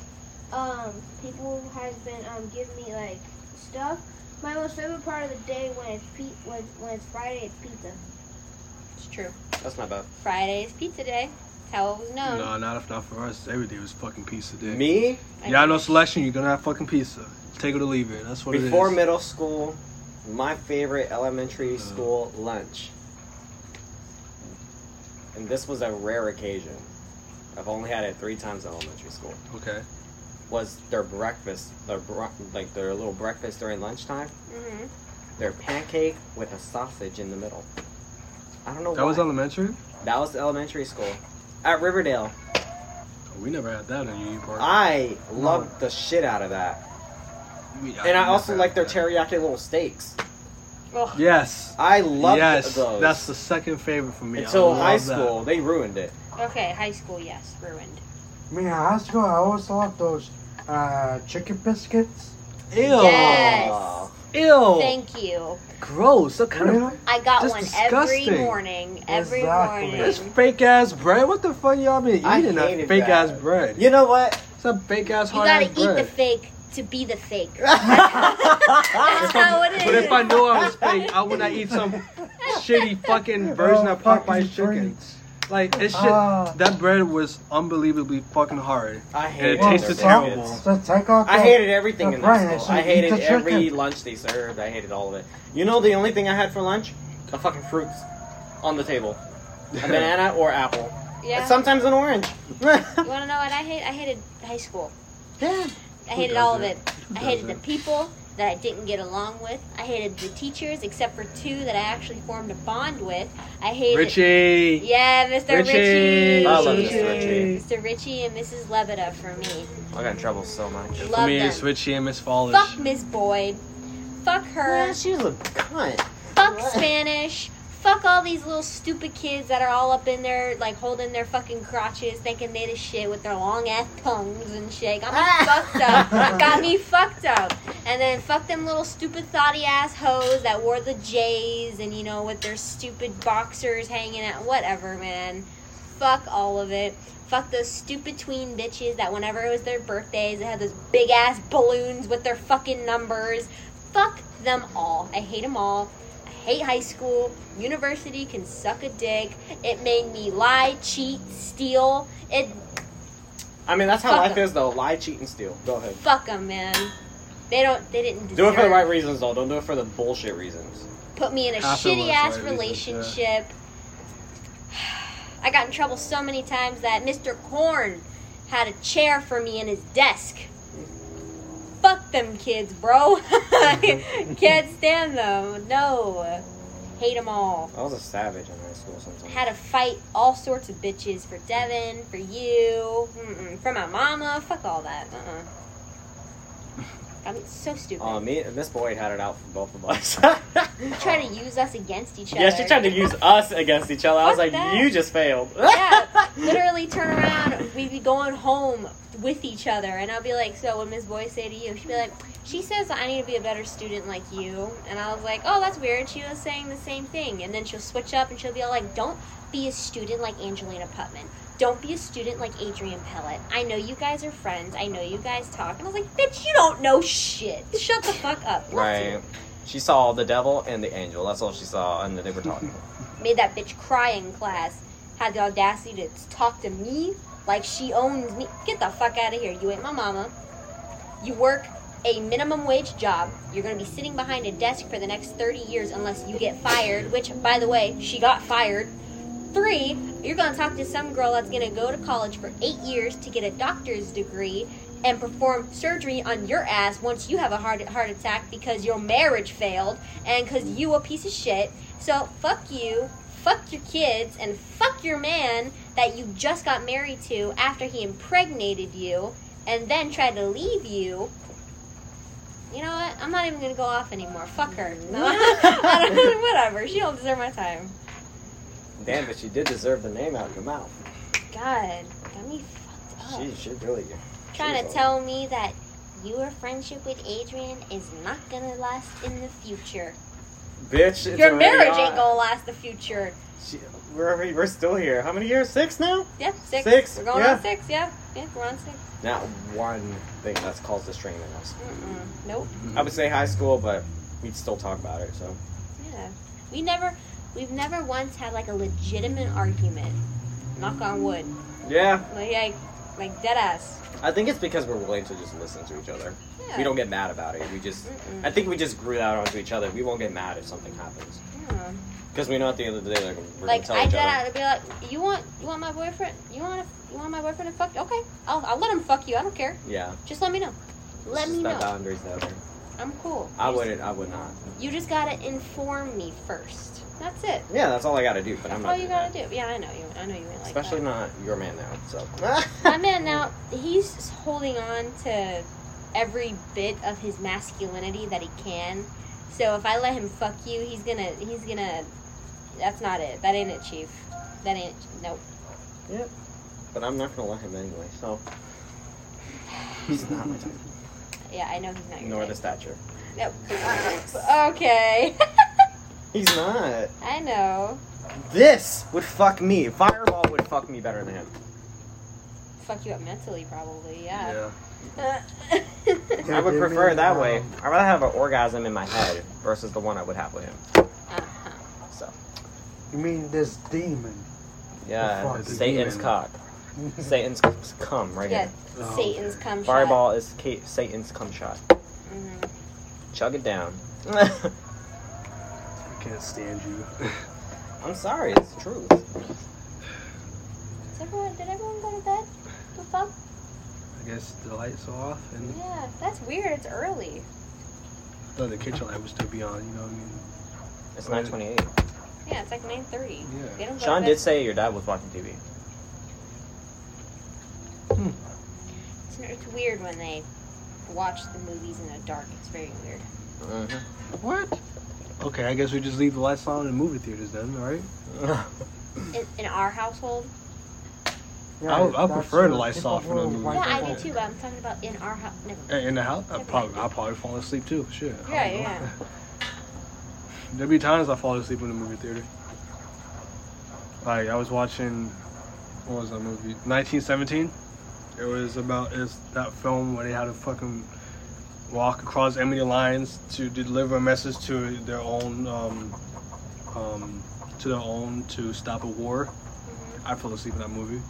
S4: um people has been um giving me like stuff. My most favorite part of the day when it's pe- when, when it's Friday, it's pizza.
S6: *gasps* It's true.
S2: That's not bad.
S6: Friday is pizza day. That's how it was known.
S1: No, not if not for us. Every day was fucking pizza day.
S2: Me,
S1: Y'all know selection. You're gonna have fucking pizza. Take it or leave it. That's what
S2: before
S1: it is.
S2: middle school, my favorite elementary
S1: Uh.
S2: school lunch. And this was a rare occasion. I've only had it three times in elementary school.
S1: okay.
S2: Was their breakfast, their bro- like their little breakfast during lunchtime,
S6: Mm-hmm.
S2: their pancake with a sausage in the middle. I don't know.
S1: That was
S2: why.
S1: elementary.
S2: That was elementary school. At Riverdale,
S1: We never had that in UE Park.
S2: I loved the shit out of that.
S1: We-
S2: And I
S1: never
S2: also
S1: had
S2: like their
S1: that.
S2: teriyaki little steaks.
S6: oh,
S1: Yes.
S2: I loved
S1: yes.
S2: those.
S1: That's the second favorite for me. I
S2: Until
S1: love
S2: high
S1: that.
S2: school, they ruined it.
S6: Okay, high school, yes, ruined.
S3: I mean, in high school, I always loved those uh, chicken biscuits.
S1: Ew.
S6: Yes.
S2: Aw.
S1: Ew.
S6: Thank Mm-hmm. you.
S1: Gross. What kind of
S3: Really?
S6: I got
S1: Oh. That's
S6: one every
S1: disgusting.
S6: morning. Every
S3: Exactly.
S1: this
S6: morning.
S1: fake ass bread? What the fuck y'all been
S2: I
S1: eating?
S2: hated
S1: That fake ass
S2: that.
S1: bread.
S2: You know what?
S1: It's a fake ass
S6: You
S1: hard
S6: gotta
S1: ass
S6: eat the
S1: bread.
S6: fake to be the fake.
S2: That's
S6: That's how it is.
S1: But if I knew I was fake, I would not
S6: *laughs*
S1: eat some shitty fucking version
S3: Oh,
S1: of Popeye's
S3: fucking
S1: chicken.
S3: freaks.
S1: Like it's shit.
S3: Ah.
S1: that bread was unbelievably fucking hard.
S2: I
S1: It
S2: hated
S3: Well,
S1: tasted
S2: their
S3: so-
S1: terrible.
S2: biscuits.
S3: So take off.
S2: I
S3: the-
S2: hated everything
S3: the
S2: in
S3: bread,
S2: that
S3: so
S2: school.
S3: you
S2: I
S3: eat
S2: hated
S3: the chicken.
S2: every lunch they served. I hated all of it. You know the only thing I had for lunch? The fucking fruits on the table.
S1: *laughs*
S2: A banana or apple.
S6: yeah.
S2: And sometimes an orange. *laughs*
S6: You wanna know what I hate? I hated high school.
S2: yeah.
S6: I
S1: Who
S6: hated
S1: does
S6: all of
S1: it?
S6: it. I hated the
S1: doesn't?
S6: people. that I didn't get along with. I hated the teachers, except for two that I actually formed a bond with. I hated.
S1: *laughs* Richie.
S6: Yeah, Mr. Richie.
S1: Richie.
S2: I love
S1: Richie.
S2: Mr. Richie.
S6: Mr. Richie and Mrs. Lebeda for me.
S2: I got in trouble so much.
S6: Love
S1: For me,
S6: them.
S1: it's Richie and Miss Fallish. *laughs*
S6: Fuck Miss Boyd. Fuck her.
S2: she's a cunt.
S6: Fuck Spanish. Fuck all these little stupid kids that are all up in there, like holding their fucking crotches, thinking they the shit with their long ass tongues and shit. Got me fucked up. Got me fucked up. And then fuck them little stupid thoughty ass hoes that wore the J's and you know with their stupid boxers hanging out. Whatever, man. Fuck all of it. Fuck those stupid tween bitches that whenever it was their birthdays, they had those big ass balloons with their fucking numbers. Fuck them all. I hate them all. I hate high school. University can suck a dick. It made me lie, cheat, steal. It
S2: I mean, that's how
S6: Fuck
S2: life
S6: them.
S2: is, though. Lie, cheat, and steal. Go ahead.
S6: fuck them, man. They don't. They didn't
S2: Do it for the
S6: deserve-
S2: right reasons, though. Don't do it for the bullshit reasons.
S6: Put me in a
S1: Half of
S6: shitty
S1: us,
S6: ass
S1: right, we just, yeah.
S6: relationship. *sighs* I got in trouble so many times that Mr. Corn had a chair for me in his desk. Fuck them kids, bro. *laughs* Can't stand them. No. Hate them all.
S2: I was a savage in high school sometimes.
S6: had to fight all sorts of bitches for Devin, for you, mm-mm, for my mama. Fuck all that. Uh-uh.
S2: *laughs*
S6: I mean, it's so stupid.
S2: Uh, me and Miss Boyd had it out for both of *laughs* us.
S6: Try to use us against each other.
S2: yeah, she tried to use us against each other. I was
S6: Fuck
S2: like,
S6: that.
S2: you just failed. *laughs*
S6: yeah, literally turn around. We'd be going home with each other, and I'll be like, "So, what Miss Boy say to you?" She'd be like, "She says I need to be a better student like you," and I was like, "Oh, that's weird." She was saying the same thing, and then she'll switch up and she'll be all like, "Don't be a student like Angelina Putman. Don't be a student like Adrian Pellet. I know you guys are friends. I know you guys talk." And I was like, "Bitch, you don't know shit. Shut the fuck up." Listen.
S2: Right. She saw the devil and the angel. That's all she saw, and they were talking. *laughs*
S6: made that bitch cry in class, had the audacity to talk to me like she owns me. Get the fuck out of here. You ain't my mama. You work a minimum wage job. You're going to be sitting behind a desk for the next 30 years unless you get fired, which, by the way, she got fired. Three, you're going to talk to some girl that's going to go to college for eight years to get a doctor's degree and perform surgery on your ass once you have a heart, heart attack because your marriage failed and because you a piece of shit. So fuck you, fuck your kids, and fuck your man that you just got married to after he impregnated you and then tried to leave you. You know what? I'm not even gonna go off anymore. Fuck her. No, *laughs* I don't- *laughs* whatever. She don't deserve my time.
S2: Damn, but she did deserve the name out of your mouth.
S6: God, got me fucked up.
S2: She, she really.
S6: trying to
S2: she's
S6: Oh. tell me that your friendship with Adrian is not gonna last in the future.
S2: Bitch, it's
S6: your
S2: already
S6: marriage
S2: on.
S6: ain't gonna last the future.
S2: She, we're, already- we're still here. How many years? Six now?
S6: Yeah, six.
S2: Six,
S6: We're going
S2: yeah.
S6: on six. Yeah, yeah, we're on six.
S2: Not one thing that's caused a strain in us.
S6: Mm-mm. Nope.
S2: Mm-hmm. I would say high school, but we'd still talk about it. So
S6: Yeah. We never we've never once had like a legitimate argument. Knock on wood.
S2: yeah,
S6: Like like, like dead ass.
S2: I think it's because we're willing to just listen to each other.
S6: Yeah.
S2: We don't get mad about it. We just,
S6: Mm-mm.
S2: I think we just grew that onto each other. We won't get mad if something happens
S6: Yeah.
S2: because we know at the end of the day, like we're
S6: Like
S2: gonna tell
S6: I
S2: each
S6: dead
S2: other.
S6: out to be like, you want you want my boyfriend? You want to, you want my boyfriend to fuck? you? Okay, I'll, I'll let him fuck you. I don't care.
S2: Yeah,
S6: Just let me know.
S2: it's
S6: Let
S2: just
S6: me
S2: that
S6: know.
S2: boundaries that are-
S6: I'm cool.
S2: I
S6: You just-
S2: wouldn't. I would not.
S6: You just gotta inform me first. That's it.
S2: Yeah, that's all I gotta do. But
S6: That's
S2: I'm not.
S6: all you
S2: doing
S6: gotta
S2: that.
S6: do. Yeah, I know you. I know you ain't like that.
S2: Especially not your man now.
S6: *laughs*
S2: So
S6: My
S2: *laughs*
S6: man now, he's holding on to every bit of his masculinity that he can. So if I let him fuck you, he's gonna, he's gonna. That's not it. That ain't it, Chief. That ain't. Nope.
S2: but I'm not gonna let him anyway. So he's not my type.
S6: Yeah, I know he's not. your
S2: Nor the
S6: type.
S2: stature. *laughs*
S6: Nope. okay. *laughs*
S2: He's not.
S6: I know.
S2: This would fuck me. Fireball would fuck me better than him.
S6: Fuck you up mentally, probably. Yeah.
S1: Yeah.
S6: Uh, *laughs*
S2: I would prefer it that way. I'd rather have an orgasm in my head versus the one I would have with him.
S6: Uh-huh.
S2: So
S3: You mean this demon?
S2: yeah,
S3: Fuck.
S2: Satan's
S1: Demon.
S2: cock. Satan's c- cum right
S6: Yeah.
S2: here.
S1: Oh,
S6: Satan's
S1: okay.
S6: cum shot.
S2: Fireball is Kate, Satan's cum shot.
S6: Mhm.
S2: Chug it down.
S1: I can't stand
S3: *laughs*
S1: you.
S2: *laughs* I'm sorry, it's the truth.
S6: Is everyone, did everyone go to bed? The fuck?
S2: Mm-hmm.
S1: I guess the lights are off and
S6: Yeah, that's weird. It's early.
S1: thought the kitchen light would still be on. You know what I
S2: It's
S1: Right.
S2: 9:28.
S6: Yeah, it's like 9:30.
S1: mean?
S6: They don't go to
S2: Sean
S6: bed-
S2: did say your dad was watching TV.
S6: It's, it's weird when they watch the movies in the dark. It's very weird.
S1: What? Okay, I guess we just leave the lights on in movie theaters then. All right.
S2: Mm-hmm.
S6: In, in our household.
S3: Yeah,
S1: I would- I
S3: that's
S1: prefer the
S3: what
S1: lights
S3: people
S1: off for the
S3: who
S1: movie.
S3: like
S6: yeah,
S3: to
S6: I
S3: go.
S6: do too. But I'm talking about in our house. Never. mind.
S1: In the house, I probably I probably fall asleep too. Shit. I don't
S6: Yeah,
S1: know.
S6: yeah.
S1: *laughs* There'll be times I fall asleep in the movie theater. Like I was watching, what was that movie? 1917. It was about it's that film where they had to fucking walk across enemy lines to deliver a message to their own, um, um, to their own to stop a war.
S6: Mm-hmm.
S1: I fell asleep in that movie.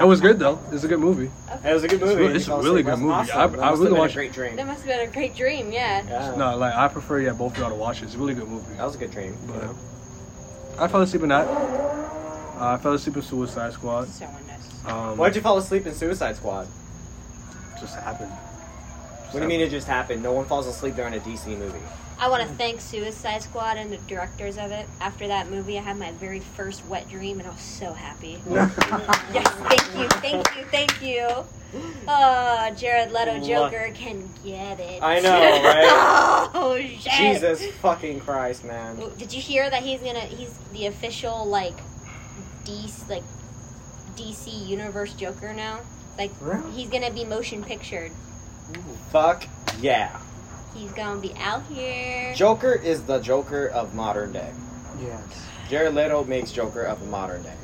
S1: It
S2: *laughs*
S1: was good though. It's a good movie.
S2: It was a good
S1: It's
S2: movie.
S1: really- it's a really good movie. I- I really
S2: watched.
S1: watched-
S2: A great dream.
S6: That must have been a great dream. Yeah.
S2: Yeah.
S1: No, like I prefer yeah both of y'all to watch it. It's a really good movie.
S2: That was a good dream.
S1: But I fell asleep in that. Uh, I fell asleep in Suicide Squad.
S6: So unnecessary.
S1: Um,
S2: Why'd you fall asleep in Suicide Squad?
S1: Just happened.
S2: What do you mean it just happened? No one falls asleep during a DC movie.
S6: I want to thank Suicide Squad and the directors of it. After that movie, I had my very first wet dream, and I was so happy. *laughs* yes, thank you, thank you, thank you. Oh, Jared Leto
S2: Lo-
S6: Joker can get it.
S2: I know, right?
S6: *laughs* oh shit.
S2: Jesus fucking Christ, man.
S6: Did you hear that he's gonna? He's the official like DC like DC Universe Joker now. Like
S3: Really?
S6: he's gonna be motion pictured.
S2: Fuck yeah.
S6: He's gonna be out here.
S2: Joker is the Joker of modern day.
S3: Yes.
S2: Jared Leto makes Joker of modern day.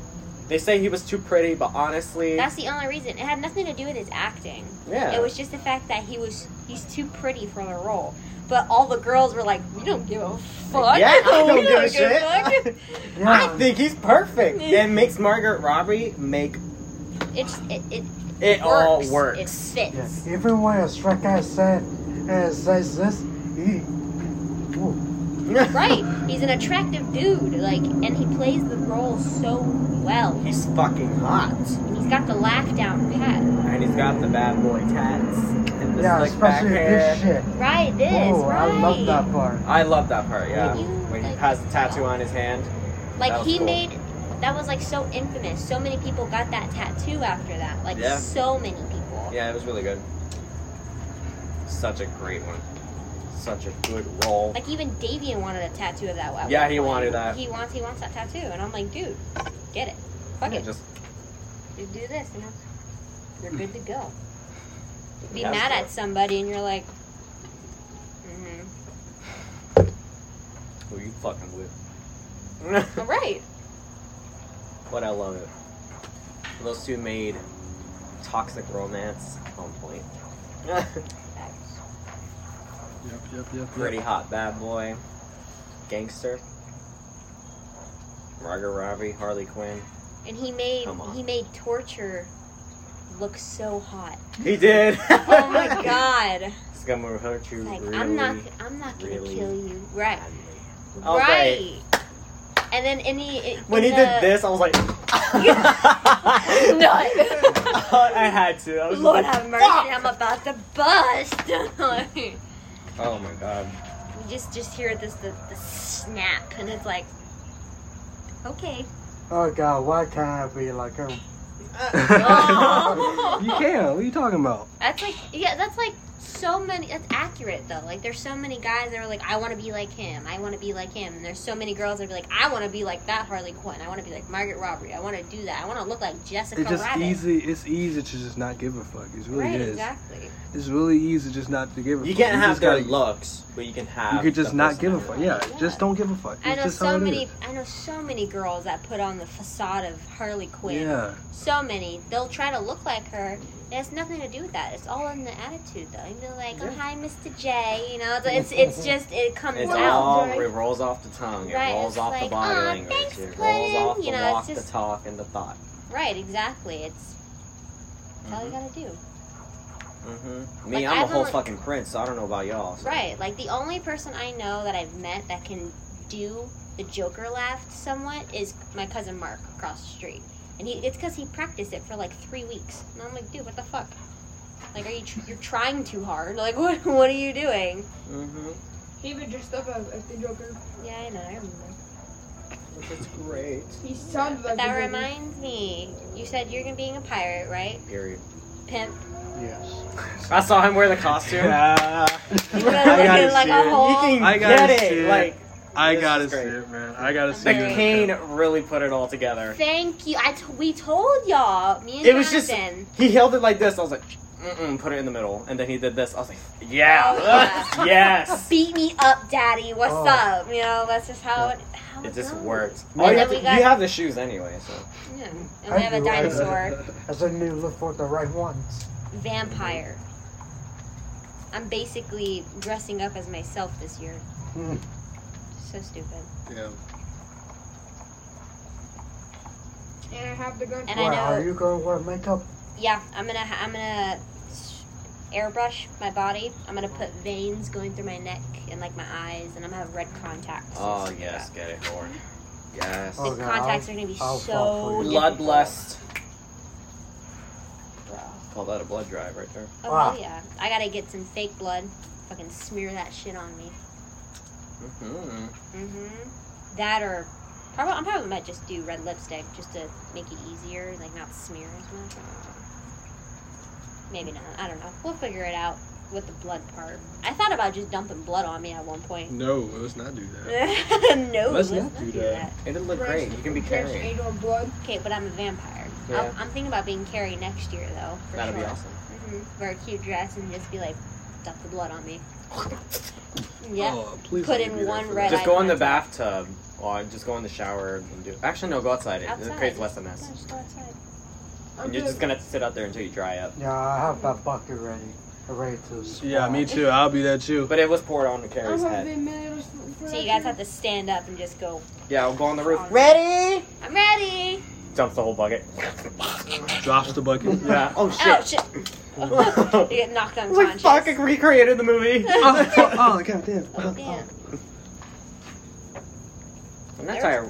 S2: They say he was too pretty, but honestly,
S6: That's the only reason. It had nothing to do with his acting.
S2: yeah.
S6: It was just the fact that he was he's too pretty for the role. But all the girls were like, "We don't give a fuck." *laughs*
S2: Yeah, I don't
S6: We
S2: give a shit.
S6: fuck."
S2: *laughs*
S3: Yeah.
S2: I think
S6: *laughs*
S2: he's perfect. It makes Margaret Robbie make
S6: it's it, it
S2: it
S6: works.
S2: all
S6: It
S2: works.
S6: fits.
S3: Yeah, Even when a straight guy said and says this, he ooh,
S6: Right. He's an attractive dude, like, and he plays the role so well.
S2: *laughs* He's fucking hot,
S6: And he's got the laugh down pat.
S2: and he's got the bad boy tats and the
S3: yeah,
S2: slick back
S3: especially this
S2: hair.
S3: shit.
S6: Right. This.
S3: Ooh,
S2: Oh,
S6: right.
S3: I love that part.
S2: I love that part. Yeah,
S6: You-
S2: when he has the tattoo on his hand. That
S6: Like
S2: was
S6: he
S2: cool.
S6: made. That was like so infamous. So many people got that tattoo after that. Like
S2: Yeah.
S6: so many people.
S2: Yeah, it was really good. Such a great one. Such a good role.
S6: Like even Davian wanted a tattoo of that. at
S2: Yeah,
S6: one
S2: he
S6: point.
S2: wanted that.
S6: He wants he wants that tattoo, and I'm like, dude, get it. Fuck
S2: Yeah,
S6: it.
S2: Just
S6: you do this, and you're good to
S2: *clears throat*
S6: go. Be
S2: Yeah,
S6: mad
S2: that's
S6: at somebody, and you're like, mm-hmm.
S2: who you fucking with.
S6: *laughs* all right.
S2: But I love it. Those two made toxic romance on point.
S6: *laughs*
S1: Yep, yep, yep.
S2: Pretty hot bad boy. Gangster. Margot Robbie, Harley Quinn.
S6: And he made
S2: Come on.
S6: he made torture look so
S2: *laughs*
S6: hot.
S2: He did!
S6: *laughs* Oh my
S2: *laughs*
S6: god!
S2: It's gonna hurt you
S6: Like
S2: really.
S6: I'm not I'm not gonna
S2: really
S6: kill you, right?
S2: badly. I was
S6: right. And then and he it-
S2: When he
S6: in
S2: did
S6: the-
S2: this, I
S6: *laughs*
S2: was like, *laughs* I had to. I was just
S6: Lord
S2: like,
S6: have mercy,
S2: "Fuck!"
S6: I'm about to bust. *laughs* Like,
S2: Oh my god.
S6: you just just hear this the, the snap, and it's like, okay,
S3: Oh god, why can't I be like him?
S6: *laughs*
S2: *laughs*
S6: Oh.
S1: you can. What are you talking about?
S6: that's like yeah, that's like so many. That's accurate though. Like there's so many guys that are like, I want to be like him, I want to be like him, and there's so many girls that are like, I want to be like that Harley Quinn, I want to be like Margaret Robbie, I want to do that, I want to look like Jessica
S1: It's just
S6: Rabbit.
S1: easy. It's easy to just not give a fuck. It really
S6: right,
S1: is.
S6: exactly.
S1: It's really easy just not to give a
S2: You
S1: fuck.
S2: can't have
S1: just
S2: their
S1: gotta-
S2: looks, but you can have.
S1: You could just
S2: the
S1: not give a
S2: personality.
S1: fuck. Yeah,
S6: Yeah.
S1: just don't give a fuck.
S6: I
S1: It's
S6: know
S1: just how
S6: so
S1: it
S6: many.
S1: is.
S6: I know so many girls that put on the facade of Harley Quinn.
S1: Yeah,
S6: so many. They'll try to look like her. It has nothing to do with that. It's all in the attitude, though. You'd be like, "Oh,
S2: Yeah.
S6: hi, Mr. J." You know, it's it's,
S2: *laughs*
S6: it's just it comes
S2: It's
S6: out.
S2: all
S4: Right.
S2: it rolls off the tongue. It
S6: Right,
S2: rolls
S6: it's
S2: off the
S6: like,
S2: body
S6: "Aw,
S2: language.
S6: thanks,
S2: it rolls off the
S6: Quinn," you know,
S2: walk,
S6: it's just-
S2: the talk, and the thought.
S6: Right, exactly. It's that's all you
S2: Mhm.
S6: gotta do.
S2: Mm-hmm. Me,
S6: Like,
S2: I'm a
S6: I've
S2: whole
S6: only-
S2: fucking prince, so I don't know about y'all. So.
S6: Right, like the only person I know that I've met that can do the Joker laugh somewhat is my cousin Mark across the street, and he it's because he practiced it for like three weeks, and I'm like, dude, what the fuck? Like, are you tr- you're trying too hard? Like, *laughs* what what are you doing?
S2: Mm-hmm.
S4: He even dressed up as, as the Joker.
S6: Yeah, I know. I remember.
S2: That's great.
S4: He sounded
S6: But
S4: like
S6: that
S4: the Joker.
S6: reminds me, you said you're gonna being a pirate, right?
S2: Period.
S6: Pimp. *laughs*
S3: Yes.
S2: I saw him wear
S1: *laughs*
S2: the costume.
S6: You
S1: I
S6: better look
S1: gotta
S6: at like
S1: see
S6: a
S1: it.
S6: whole.
S2: You can
S1: I gotta
S2: get it.
S1: see it.
S2: Like
S1: I
S2: This
S1: gotta
S2: is
S1: see
S2: great.
S1: it, man. I gotta see
S2: the
S6: Okay.
S1: it.
S2: cane really put it all together.
S6: Thank you. I t- we told y'all. Me and
S2: It was just-
S6: Jonathan.
S2: He held it like this. I was like, mm put it in the middle, and then he did this. I was like, yeah,
S6: Oh, yeah.
S2: *laughs* yes.
S6: beat me up, daddy. What's
S3: Oh.
S6: up? You know, that's just how it. How
S2: It just
S6: goes.
S2: worked.
S3: And
S2: Oh, you
S6: then
S2: have, to,
S6: we got-
S2: you have the shoes anyway, so
S6: Yeah. And we have a
S3: I do, I do. *laughs*
S6: dinosaur
S3: I said you need to look for the right ones.
S6: vampire. I'm basically dressing up as myself this year.
S3: Mm.
S6: So stupid.
S1: *laughs* Yeah.
S4: And I have the gun.
S6: And
S3: Why,
S6: I know.
S3: are you going to wear makeup?
S6: Yeah, I'm gonna I'm gonna s- airbrush my body. I'm gonna put veins going through my neck and like my eyes, and I'm gonna have red contacts. and
S2: Oh
S6: stuff like
S2: yes,
S6: that.
S2: get it, Lauren. Yes.
S3: Oh,
S6: The
S3: God,
S6: contacts are gonna be
S3: I'll fall
S6: so
S3: for you.
S2: Bloodlust.
S6: difficult, bro.
S2: Call that a blood drive right there.
S6: Oh
S3: Wow.
S6: hell yeah! I gotta get some fake blood. Fucking smear that shit on me.
S2: Mm-hmm.
S6: hmm That or probably I'm probably might just do red lipstick just to make it easier, like not smear as much. I don't know. Maybe not. I don't know. We'll figure it out with the blood part. I thought about just dumping blood on me at one point.
S1: *laughs* No, let's not do that.
S6: no, let's,
S2: Let's not
S6: not
S1: do
S6: do
S1: that.
S6: that.
S2: It'll look
S4: Fresh-
S2: great. You can be
S4: fresh
S2: carrying.
S4: anal blood.
S6: Okay, but I'm a vampire.
S2: Yeah.
S6: I'll, I'm thinking about being Carrie next year though. For
S2: That'll
S6: sure.
S2: be awesome.
S6: hmm Wear a cute dress and just be like, dump the blood on me. Yeah.
S1: Oh, please
S6: Put
S1: let me
S6: in
S1: be there
S6: one
S1: for
S6: red
S1: that.
S2: Just go in the
S6: contact.
S2: bathtub, or just go in the shower and do. Actually, no, go outside. It, it
S6: Outside.
S2: creates less of a
S6: Yeah,
S2: mess.
S6: just go outside.
S4: I'm
S2: And you're just gonna have to sit out there until you dry up.
S3: Yeah, I have that bucket ready. Ready to
S1: Yeah,
S3: spawn.
S1: me too. I'll be there too.
S2: But it was poured on
S4: I have
S2: Carrie's
S4: the
S2: head.
S4: million for
S6: So you guys have to stand up and just go.
S2: Yeah, we'll go on the roof.
S6: On-
S2: Ready?
S6: I'm ready.
S2: Dumps the whole *laughs* bucket.
S1: Drops the bucket.
S2: *laughs* yeah. Oh shit.
S6: Oh shit! *laughs* you get knocked
S2: I was like,
S6: unconscious.
S2: fuck, I recreated the *laughs* movie.
S1: oh, oh, goddamn.
S6: *laughs* Oh, damn.
S2: And that's how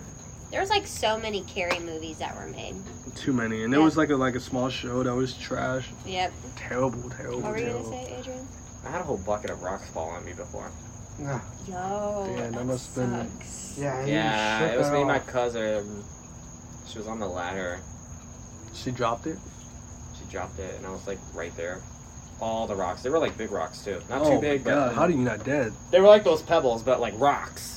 S6: There's like so many Carrie movies that were made.
S1: Too many, and it
S6: Yeah.
S1: was like a like a small show that was trash,
S6: Yep.
S1: terrible, terrible,
S6: What were you gonna
S1: terrible.
S6: say, Adrian?
S2: I, I had a whole bucket of rocks fall on me before.
S3: Yeah,
S6: Yo.
S1: Damn, that
S6: that
S1: must've been-
S6: sucks.
S3: Ah, yeah, you
S2: Yeah,
S3: shook
S2: it was me and my
S3: off.
S2: cousin. She was on the ladder.
S1: She dropped it.
S2: She dropped it, and I was like right there. All the rocks. They were like big rocks too. Not
S1: oh
S2: too big,
S1: my god,
S2: but
S1: how are you not dead?
S6: Uh-huh.
S2: they were like those pebbles, but like rocks.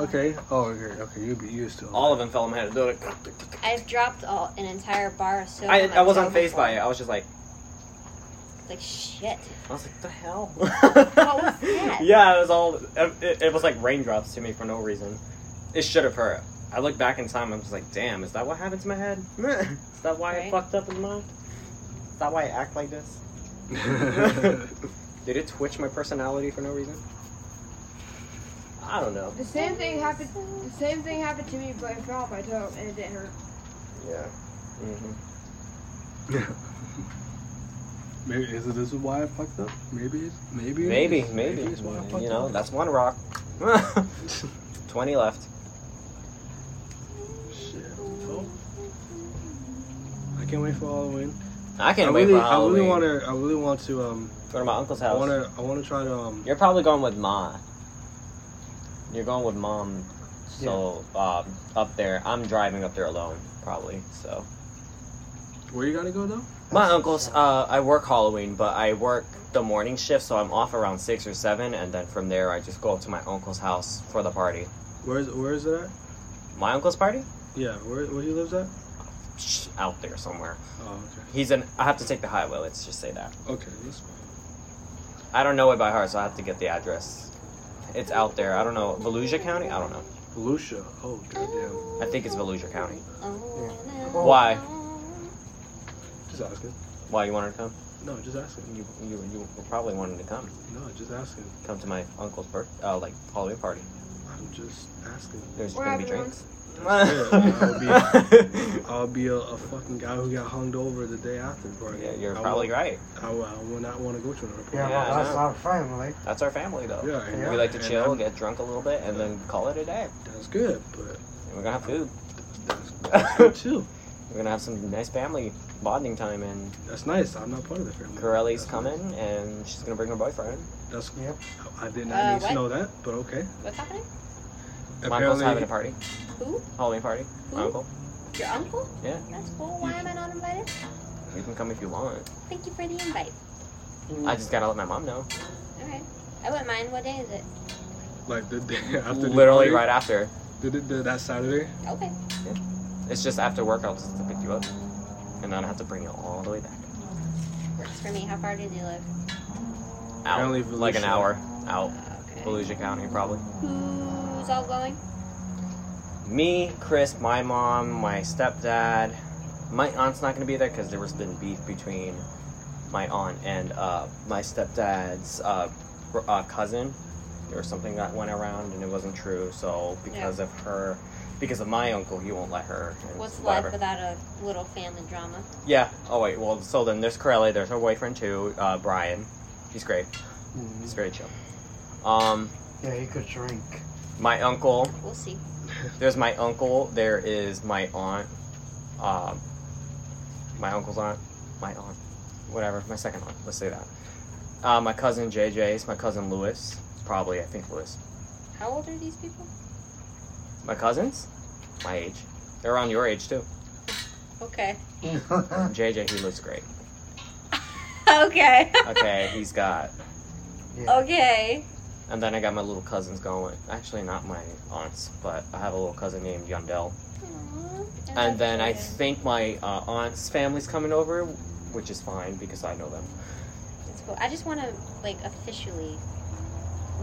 S1: Okay. Oh, okay, okay. You'd be used to
S2: All of them fell on my head. They were like-
S6: I've dropped all, an entire bar of soap.
S2: I,
S6: on my
S2: I was
S6: toe
S2: on phase by it.
S6: before.
S2: I was just like,
S6: Like shit.
S2: I was like, the hell? *laughs*
S6: was that?
S2: Yeah, it was all. It, it was like raindrops to me for no reason. It should have hurt. I look back in time. I'm just like, damn. Is that what happened to my *laughs* head? is that why I
S6: Right.
S2: fucked up in the mind? Is that why I act like *laughs* this?
S1: them.
S2: Did it twitch my personality for no reason? I don't know.
S4: The same thing happened. The same thing happened to me, but it fell on my toe and it didn't hurt.
S2: Yeah. hmm
S1: *laughs* maybe is it, this is why I fucked up? Maybe it's maybe it
S2: Maybe,
S1: is.
S2: maybe.
S1: it's why I fucked
S2: You know,
S1: up.
S2: that's one rock. *laughs* Twenty left.
S1: Shit. Well, I can't wait for Halloween.
S2: I
S1: I
S2: can't wait
S1: really,
S2: for
S1: I really
S2: Halloween.
S1: want to. I really want to. Um,
S2: go to my uncle's
S1: I
S2: house.
S1: want to. I want to try to. Um,
S2: You're probably going with Ma. You're going with mom, so um, up there. I'm driving up there alone, probably. So
S1: where you gotta go though?
S2: my uncle's. Uh, I work Halloween, but I work the morning shift, so I'm off around six or seven, and then from there I just go up to my uncle's house for the party.
S1: Where's Where is it at?
S2: My uncle's party?
S1: Yeah. Where Where he lives at?
S2: Shh, out there somewhere.
S1: Oh,
S2: He's an. I have to take the highway. Let's just say that.
S1: okay. Okay. That's fine.
S2: I don't know it by heart, so I have to get the address. It's out there. I don't know. Volusia County? I don't know.
S1: Volusia. Oh goddamn.
S2: I think it's Volusia County.
S6: Oh, no.
S3: Oh,
S2: Why?
S1: Just asking.
S2: Why you wanted to come?
S1: No, just asking.
S2: You you you probably wanted to come.
S1: No, just asking.
S2: Come to my uncle's birth uh, like Halloween party.
S1: I'm just asking.
S2: There's
S4: We're
S2: gonna be
S4: having
S2: drinks.
S1: I'll be I'll be a, a fucking guy who got hung over the day after the party.
S2: *laughs* yeah, you're
S1: I
S2: probably
S1: will,
S2: right.
S1: I, will, I will not want to go to another party.
S3: Yeah,
S2: Yeah,
S3: well,
S2: I
S3: that's
S2: know.
S3: our family.
S2: That's our family though.
S1: Yeah, and-
S2: We like to
S1: and
S2: chill,
S1: I'm-
S2: get drunk a little bit, and then call it a day.
S1: That's good, but
S2: And we're gonna have food. *laughs*
S1: that's, that's good too.
S2: We're gonna have some nice family bonding time, and
S1: That's nice. I'm not part of the family.
S2: Corelli's
S1: That's
S2: coming, and she's gonna bring her boyfriend.
S1: nice. That's Oh,
S3: Yep.
S1: I did not
S6: Uh,
S1: need
S6: what?
S1: to know that, but okay.
S6: What's happening?
S2: My uncle's having a party.
S6: Who?
S2: Halloween party. My
S6: Who?
S2: uncle.
S6: Your uncle?
S2: Yeah.
S6: That's cool. Why am I not invited?
S2: You can come if you want.
S6: Thank you for the invite.
S2: I just gotta let my mom know.
S6: All right. I wouldn't mind. What day is it?
S1: like the day *laughs* after. the
S2: Literally
S1: party?
S2: right after.
S1: Did it did that Saturday?
S6: Okay.
S2: It's just after work. I'll just pick you up, and then I have to bring you all the way back.
S6: Works for me. How far does he live?
S2: Out.
S1: Apparently
S2: like an
S1: Volusia.
S2: hour. Out.
S6: Okay.
S2: Volusia County, probably.
S6: Who's all going?
S2: Me, Chris, my mom, my stepdad. My aunt's not gonna be there because there was been beef between my aunt and uh, my stepdad's uh, br- uh, cousin. There was something that went around and it wasn't true. So because of her, because of my uncle, he won't let her. and
S6: What's
S2: whatever.
S6: life without a little family drama?
S2: Yeah. Oh wait. Well, so then there's Corelli. There's her boyfriend too, uh, Brian. He's great. He's very chill. Um,
S3: Mm. Yeah, he could drink. *laughs*
S2: my uncle.
S6: We'll see.
S2: There's my uncle. There is my aunt. Um, my uncle's aunt. My aunt. Whatever. My second aunt. Let's say that. Uh, my cousin JJ's. My cousin Louis. Probably. I think Louis.
S6: How old are these people?
S2: My cousins. My age. They're around your age too.
S6: Okay.
S3: Ah.
S2: And JJ. He looks great.
S6: *laughs* okay. *laughs*
S2: Okay. He's got.
S6: okay.
S2: And then I got my little cousins going. Actually, not my aunts, but I have a little cousin named Yandel. And then I think my uh, aunt's family's coming over, which is fine because I know them.
S6: It's cool. I just want to like officially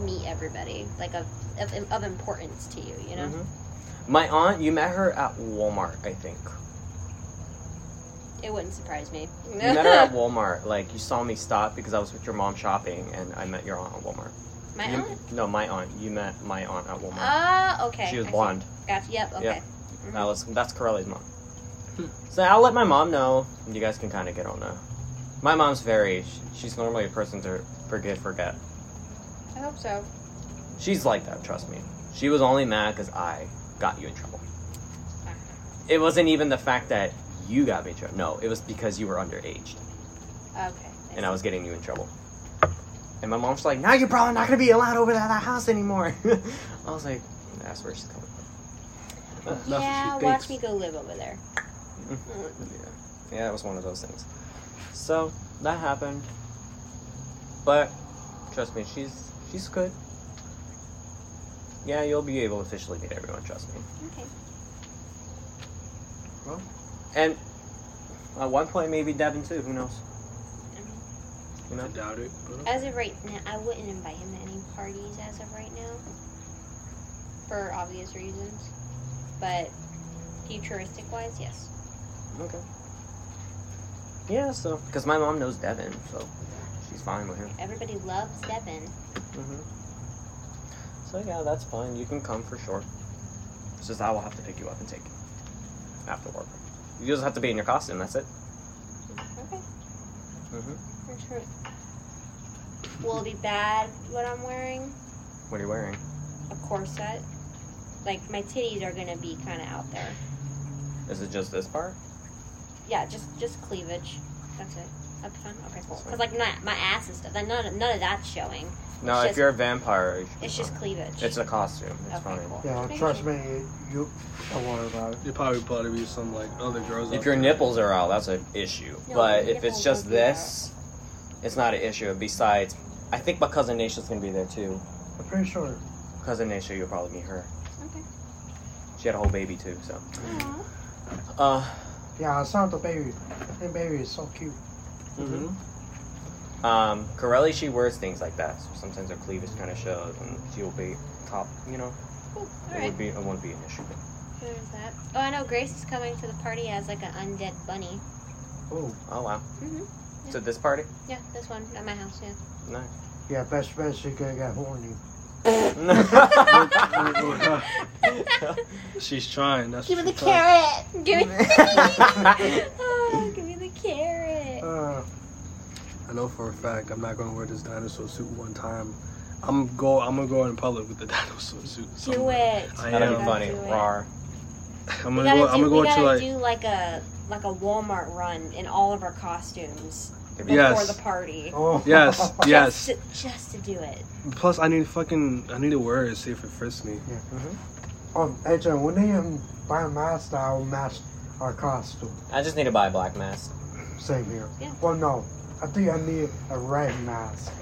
S6: meet everybody, like of of, of importance to you. You know.
S2: Mhm. My aunt, you met her at Walmart,
S6: *laughs*
S2: I think.
S6: It wouldn't surprise me.
S2: You met her
S6: *laughs*
S2: at Walmart. Like, you saw me stop because I was with your mom shopping, and I met your aunt at Walmart.
S6: My
S2: You-
S6: aunt.
S2: No, my aunt. You met my aunt at Walmart.
S6: Ah, okay.
S2: she was
S6: I see.
S2: blonde.
S6: Gotcha. Yep. Okay.
S2: That was that's Corelli's mom.
S6: Hmm.
S2: So I'll let my mom know. and You guys can kind of get on that. My mom's very. sh- She's normally a person to forget, forget.
S6: I hope so.
S2: She's like that. Trust me. She was only mad because I got you in trouble. It wasn't even the fact that you got me in trouble. No, it was because you were underage
S6: Okay.
S2: and I was getting you in trouble. And my mom's like, "Now you're probably not gonna be allowed over to that house anymore." *laughs* I was like, "That's where she's coming."
S1: That's what she
S6: yeah,
S1: thinks.
S6: watch me go live over there.
S2: Mm-hmm. Yeah, it was one of those things. So that happened, but trust me, she's she's good. Yeah, you'll be able to officially meet everyone. Trust me.
S6: Okay.
S2: And at one point, maybe Devin too. Who knows? You
S1: I
S2: know.
S1: doubt it. but-
S6: As of right now, I wouldn't invite him to any parties as of right now, for obvious reasons. But futuristic wise, yes.
S2: Okay. Yeah. So because my mom knows Devin, so she's fine with him.
S6: Everybody loves Devin.
S2: Mm-hmm. So yeah, that's fine. You can come for sure. It's just I will have to pick you up and take you after work. You just have to be in your costume. That's it.
S6: Okay.
S2: Mm-hmm.
S6: For sure. Will it be bad what I'm wearing?
S2: What are you wearing?
S6: A corset. Like my titties are gonna be kind of out there.
S2: Is it just this part?
S6: Yeah, just just cleavage. That's it. That'd be fun. Okay, cool.
S2: That's fine.
S6: Cause like my my ass and stuff. Then none none of that's showing.
S2: No,
S6: It's
S2: if
S6: just-
S2: you're a vampire, you should be
S6: It's just
S2: fine.
S6: cleavage.
S2: It's a costume. It's
S6: Okay,
S2: fine.
S6: cool.
S3: Yeah,
S6: Thank
S3: trust
S6: you.
S3: me, you don't worry about it.
S1: There probably probably be some like other girls. out
S2: If your
S1: there.
S2: nipples are out, that's an issue.
S6: No,
S2: but
S6: your
S2: if it's
S6: nipples
S2: just
S6: won't be out.
S2: this, it's not an issue. And besides, I think my cousin Naisha's gonna be there too.
S3: I'm pretty sure.
S2: Cousin Naisha, you'll probably meet her.
S6: Okay.
S2: She had a whole baby too, so. Uh,
S3: Yeah, I saw the baby. The baby is so cute.
S1: Mhm.
S2: Um, Corelli, she wears things like that. So sometimes her cleavage kind of shows, and she'll be top. You know,
S6: Cool. All
S2: it
S6: right.
S2: would be it won't be an issue.
S6: There's that. Oh, I know Grace is coming to the party as like an undead bunny.
S3: Oh,
S2: Oh wow.
S6: Mhm.
S2: So this *laughs* party,
S6: Yeah, this one at my house.
S1: *laughs*
S6: Yeah.
S2: nice.
S3: yeah, best bet she could get horny.
S1: She's trying.
S6: *laughs*
S1: That's
S6: Give me
S1: what
S6: the
S1: she's
S6: carrot. *laughs*
S1: trying.
S6: Give me. *laughs* oh, give me the carrot.
S3: Uh,
S1: I know for a fact I'm not gonna wear this dinosaur suit one time. I'm go. I'm gonna go in public with the *laughs* dinosaur suit.
S6: Do
S1: somewhere.
S6: it.
S1: I
S2: That'd
S1: am.
S2: be funny.
S6: Do it.
S2: Rar.
S1: I'm
S6: We gotta
S1: gonna go.
S6: do,
S1: I'm gonna
S6: we
S1: go
S6: gotta
S1: to like.
S6: do like a like a Walmart run in all of our costumes before
S1: Yes.
S6: the party.
S3: Oh. *laughs*
S1: Yes.
S6: Just
S1: Yes.
S6: to, just to do it.
S1: Plus, I need fucking. I need to wear it. See if it fits me.
S3: Yeah. Oh, AJ, we need him buy a mask that will match our costume.
S2: I just need to buy a black mask.
S3: Same here.
S6: Yeah.
S3: Well, no. I think I need a red mask.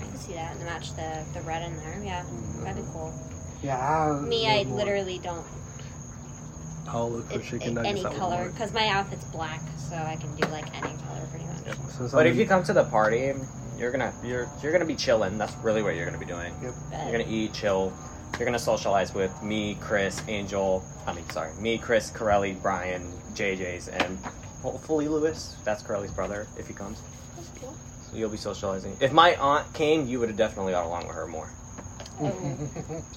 S6: I could see that and match the, the red in there. Yeah, that'd be cool.
S3: Yeah. I
S6: Me,
S3: need
S6: I
S3: one. *laughs*
S6: literally don't
S1: I'll look for
S6: it,
S1: chicken
S6: it-
S1: nuggets.
S6: any
S1: out with
S6: color
S1: one.
S6: because my outfit's black, so I can do like any color pretty much.
S1: Since
S2: But
S1: I'm
S2: if you come to the party, you're gonna you're you're gonna be chilling. That's really what you're gonna be doing. You're
S6: But
S2: gonna eat, chill. You're gonna socialize with me, Chris, Angel. I mean, sorry, me, Chris, Corelli, Brian, JJ's, and hopefully Lewis. That's Corelli's brother if he comes.
S6: that's cool.
S2: So you'll be socializing. If my aunt came, you would have definitely got along with her more.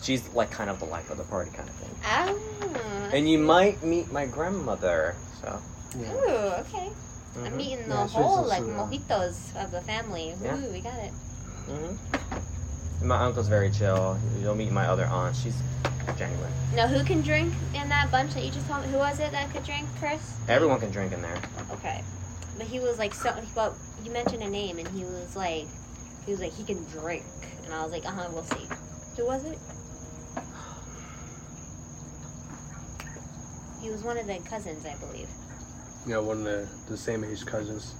S2: She's like kind of the life of the party kind of thing.
S6: Oh,
S2: And you might meet my grandmother. So
S6: ooh,
S3: yeah.
S6: okay. I'm
S2: mhm,
S6: meeting the
S3: Yeah, she's
S6: whole
S3: also,
S6: like
S3: uh,
S6: mojitos of the family.
S2: Yeah.
S6: Ooh, we got it.
S2: mhm. And mm-hmm. my uncle's very chill. You'll meet my other aunt. She's genuine.
S5: Now, who can drink in that bunch that you just told me? Who was it that could drink, Chris?
S2: Everyone can drink in there.
S6: Okay, but he was like so. But you mentioned a name, and he was like, he was like he can drink, and I was like, uh huh, we'll see. Who was it? He was one of the cousins, I believe.
S1: yeah, one of the, the same age cousins.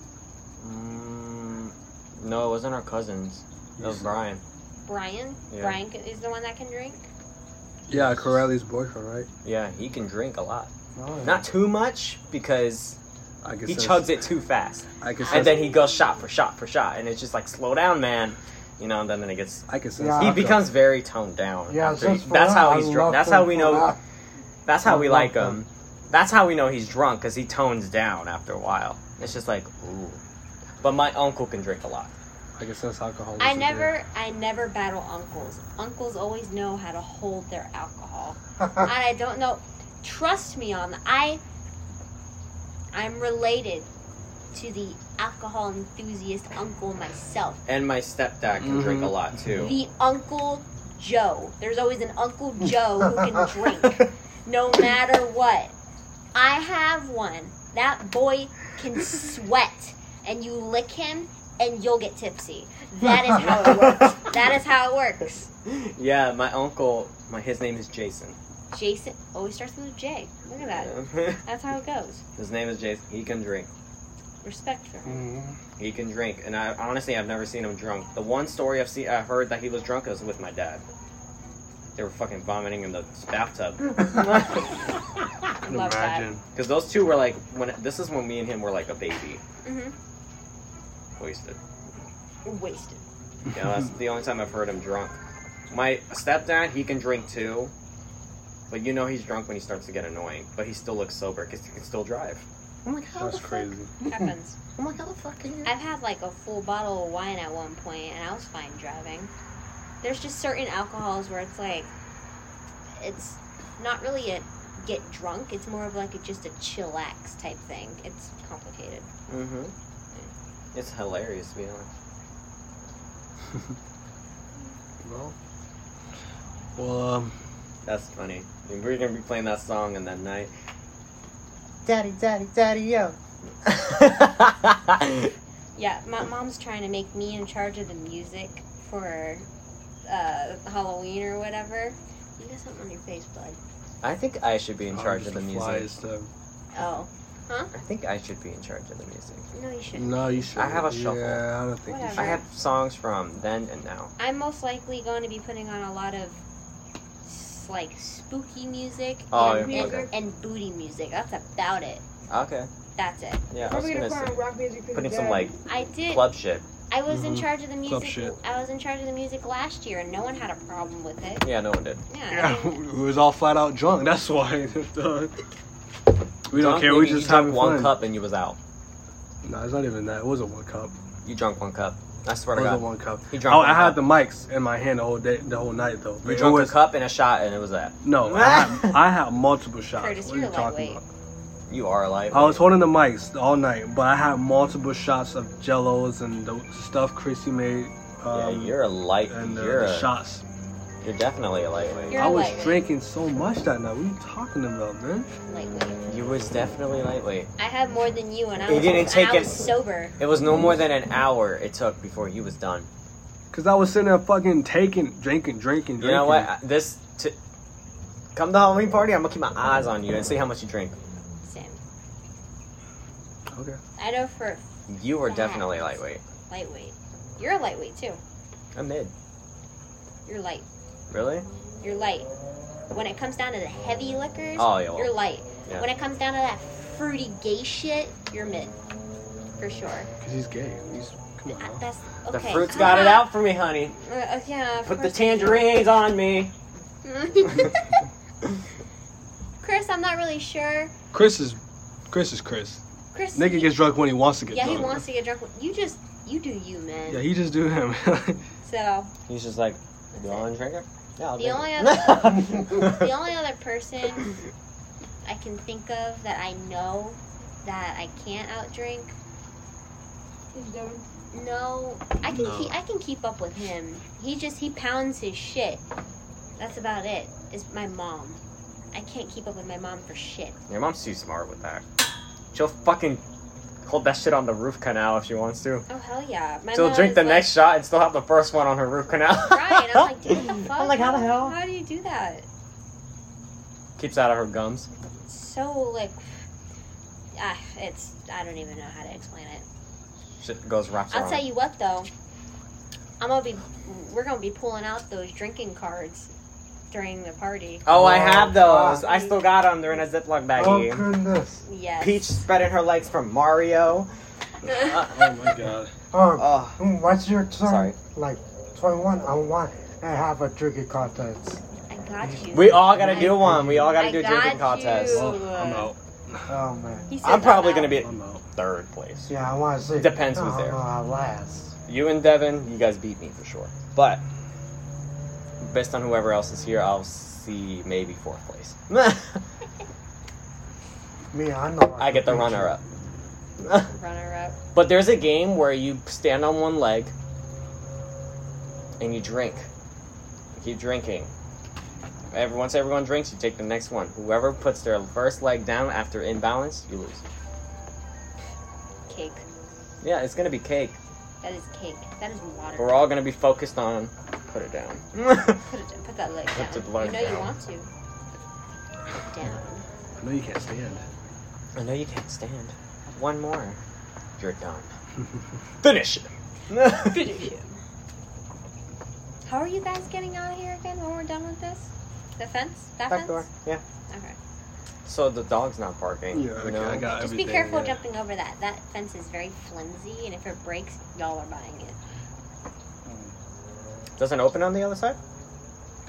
S2: Mm, no, it wasn't our cousins. It was Brian.
S6: Brian.
S2: Yeah.
S6: Brian Brian c- is the one that can drink.
S1: Yeah, Corelli's boyfriend, right?
S2: Yeah, he can drink a lot.
S3: Oh, yeah.
S2: Not too much because
S1: I guess
S2: he
S1: that's-
S2: chugs it too fast,
S1: I can
S2: and
S1: sense.
S2: then he goes shot for shot for shot, and it's just like slow down, man. You know, and then, then it gets.
S1: I can sense.
S3: Yeah.
S2: He
S1: alcohol.
S2: becomes very toned down.
S3: Yeah,
S2: after he-
S3: just for
S2: that's
S3: that,
S2: how
S3: I
S2: he's drunk.
S3: love
S2: That's
S3: him
S2: how we
S3: for
S2: know.
S3: that.
S2: That's how we
S3: I love
S2: like him. That's how we know he's drunk because he tones down after a while. It's just like ooh. But my uncle can drink a lot.
S1: I can sense alcohol.
S6: I
S1: is in
S6: never, I never battle uncles. Uncles always know how to hold their alcohol. and I don't know. Trust me on that. I, I'm related to the alcohol enthusiast uncle myself.
S2: And my stepdad can drink a
S3: Mm-hmm.
S2: lot too.
S6: *laughs* The Uncle Joe. There's always an
S3: *laughs*
S6: Uncle Joe who can drink, no matter what. I have one. That boy can sweat, and you lick him, and you'll get tipsy. That is how it
S3: *laughs*
S6: works. That is how it works.
S2: Yeah, my uncle, my his name is Jason.
S6: Jason always starts with a J. Look at that. That's how it goes.
S2: *laughs* his name is Jason. He can drink.
S6: Respect for him.
S3: Mhm.
S2: He can drink. And I honestly, I've never seen him drunk. The one story I've seen, I heard that he was drunk was with my dad. They were fucking vomiting in the bathtub.
S1: *laughs* there.
S6: I love that.
S1: Imagine.
S2: Because those two were like, when this is when me and him were like a baby,
S6: Mhm.
S2: wasted.
S6: Wasted.
S2: You know, that's the only time I've heard him drunk. My stepdad, he can drink too. But you know he's drunk when he starts to get annoying. But he still looks sober because he can still drive. I'm like, how
S1: That's
S2: the
S1: crazy.
S6: *laughs* Happens.
S2: Fuck? I'm like, how the fuck can you?
S6: I've had like a full bottle of wine at one point, and I was fine driving. There's just certain alcohols where it's like, it's not really a get drunk. It's more of like a, just a chillax type thing. It's complicated.
S2: Mm-hmm. It's hilarious, to be honest.
S1: Well, well, um,
S2: That's funny. I mean, we're gonna be playing that song in that night. Daddy, daddy, daddy, yo.
S6: Yeah, my mom's trying to make me in charge of the music for uh, Halloween or whatever. You got something on your face, bud.
S2: I think I should be in
S1: oh,
S2: charge
S1: just
S2: of the music.
S1: flies, the-
S6: Oh
S2: I think I should be in charge of the music.
S6: no, you shouldn't.
S1: No, you should.
S2: have a shuffle.
S1: Yeah, I don't think
S6: Whatever.
S2: I have songs from then and now.
S6: I'm most likely going to be putting on a lot of s- like spooky music
S2: Oh,
S6: and,
S2: yeah,
S6: and,
S2: okay.
S6: and booty music. That's about it.
S2: Okay.
S6: That's it.
S2: Yeah, I
S4: We're
S2: was
S4: gonna
S2: gonna
S4: put
S2: say
S4: on rock music for
S2: putting
S4: the
S2: some
S4: dead.
S2: like
S6: I did.
S2: club shit.
S6: I was in
S1: Mhm.
S6: charge of the
S1: Club
S6: music.
S1: shit.
S6: I was in charge of the music last year, and no one had a problem with it.
S2: Yeah, no one did.
S6: Yeah.
S1: *laughs* Yeah, it was all flat out drunk. That's why. *laughs* we don't
S2: Drunk,
S1: care. We
S2: maybe you
S1: just
S2: drunk
S1: having
S2: one
S1: fun.
S2: cup and you was out.
S1: No, it's not even that. It was a one cup.
S2: You drunk one cup. I swear
S1: It
S2: to
S1: was a
S2: God.
S1: one cup.
S2: He drank
S1: Oh,
S2: one
S1: I
S2: cup.
S1: had the mics in my hand the whole day, the whole night though.
S2: You
S1: It
S2: drank
S1: was-
S2: a cup and a shot and it was that.
S1: No, I had, I had multiple shots.
S6: Curtis,
S1: What are you
S6: you're
S1: talking
S6: lightweight.
S1: about?
S2: You are alive.
S1: I was holding the mics all night, but I had multiple shots of Jellos and the stuff Chrissy made.
S2: Yeah,
S1: Um,
S2: you're a light.
S1: and uh,
S2: you're
S1: the
S2: a
S1: shots.
S2: You're definitely a lightweight.
S6: You're
S1: I was
S6: lightweight.
S1: drinking so much that night. What are you talking about, man?
S6: Lightweight.
S2: You was definitely lightweight.
S6: I had more than you, and I
S2: It
S6: was,
S2: didn't
S6: and
S2: take
S6: I
S2: it-
S6: was sober.
S2: It was no more than an hour it took before you was done.
S1: Because I was sitting there fucking taking, drinking, drinking, drinking.
S2: You know what? I- This t- come to Halloween party. I'm gonna keep my eyes on you and see how much you drink.
S6: Same.
S1: Okay.
S6: I know for
S2: You were
S6: Yes.
S2: definitely lightweight.
S6: lightweight. You're a lightweight too.
S2: I'm mid.
S6: You're light.
S2: Really?
S6: You're light. When it comes down to the heavy liquors,
S2: Oh yeah.
S6: you're
S2: Well,
S6: light.
S2: Yeah.
S6: When it comes down to that fruity gay shit, you're mid, for sure.
S1: Because he's gay. He's, come on.
S6: That-
S1: now.
S6: That's okay.
S2: the fruit's got it out for me, honey.
S6: Uh, uh, yeah. of
S2: Put the
S6: course.
S2: tangerines on me.
S6: *laughs* Chris, I'm not really sure.
S1: Chris is, Chris is Chris.
S6: Chris,
S1: Nigga
S6: *laughs*
S1: gets drunk when he wants to get
S6: yeah,
S1: drunk.
S6: he wants to get drunk. with- You just, you do you, man.
S1: Yeah, he just do him. *laughs*
S6: So
S2: He's just like, you want to drink it? Yeah, I'll
S6: The only
S2: drink it. *laughs*
S6: the only other person I can think of that I know that I can't outdrink. No, I can
S1: No.
S6: keep I can keep up with him. He just he pounds his shit. That's about it. Is my mom. I can't keep up with my mom for shit.
S2: Your mom's too smart with that. She'll fucking hold that shit on the roof canal if she wants to.
S6: Oh hell yeah. My
S2: She'll
S6: mom
S2: drink
S6: is
S2: the
S6: like-
S2: next shot and still have the first one on her roof canal.
S6: Right. I'm
S2: *laughs*
S6: like, dude, what the fuck?
S2: I'm like, how the hell?
S6: How do you do that?
S2: Keeps out of her gums.
S6: So like, ah, it's I don't even know how to explain it.
S2: Shit goes wraps
S6: I'll
S2: around.
S6: tell you what though, I'm gonna be we're gonna be pulling out those drinking cards during the party.
S2: Oh, I have
S3: Oh,
S2: those. I still got them. They're in a Ziploc
S3: Oh
S2: baggie.
S3: goodness.
S6: Yes. *laughs*
S2: Peach spreading her legs from Mario. Uh,
S1: oh my god.
S3: Um,
S2: oh,
S3: what's your
S2: Sorry.
S3: turn? Like 21, I want to have a drinking contest.
S6: I got you.
S2: we all gotta do one. We all gotta
S6: I
S2: do a
S6: got
S2: drinking contest.
S6: you.
S1: Well, I'm out.
S3: Oh man.
S6: He said
S2: I'm probably
S6: out.
S2: gonna be at
S1: I'm out.
S2: third place.
S3: Yeah, I want to see.
S2: Depends who's
S3: I
S2: there.
S3: don't know how last.
S2: You and Devin, you guys beat me for sure. But based on whoever else is here, I'll see maybe fourth place. *laughs*
S3: Me, I know.
S2: I get the runner up. *laughs*
S6: runner up.
S2: But there's a game where you stand on one leg and you drink. You keep drinking. Every, once everyone drinks, you take the next one. Whoever puts their first leg down after imbalance, you lose.
S6: Cake.
S2: Yeah, it's gonna be cake.
S6: That is cake. That is water.
S2: We're all gonna be focused on put it down. *laughs*
S6: put it down. Put that leg
S2: Put
S6: down.
S2: the blood
S6: you know you
S2: down.
S6: want to. Put it Down.
S1: No, you can't stand.
S2: I know you can't stand. One more. You're done. Finish it.
S6: How are you guys getting out of here again when we're done with this? The fence? That
S2: *laughs* Back
S6: fence?
S2: door. Yeah.
S6: Okay.
S2: So the dog's not barking.
S1: Yeah,
S2: you
S1: okay,
S2: know?
S1: I got
S6: Just
S1: everything.
S6: be careful
S1: yeah.
S6: jumping over that. That fence is very flimsy, and if it breaks, y'all are buying it.
S2: Doesn't open on the other side?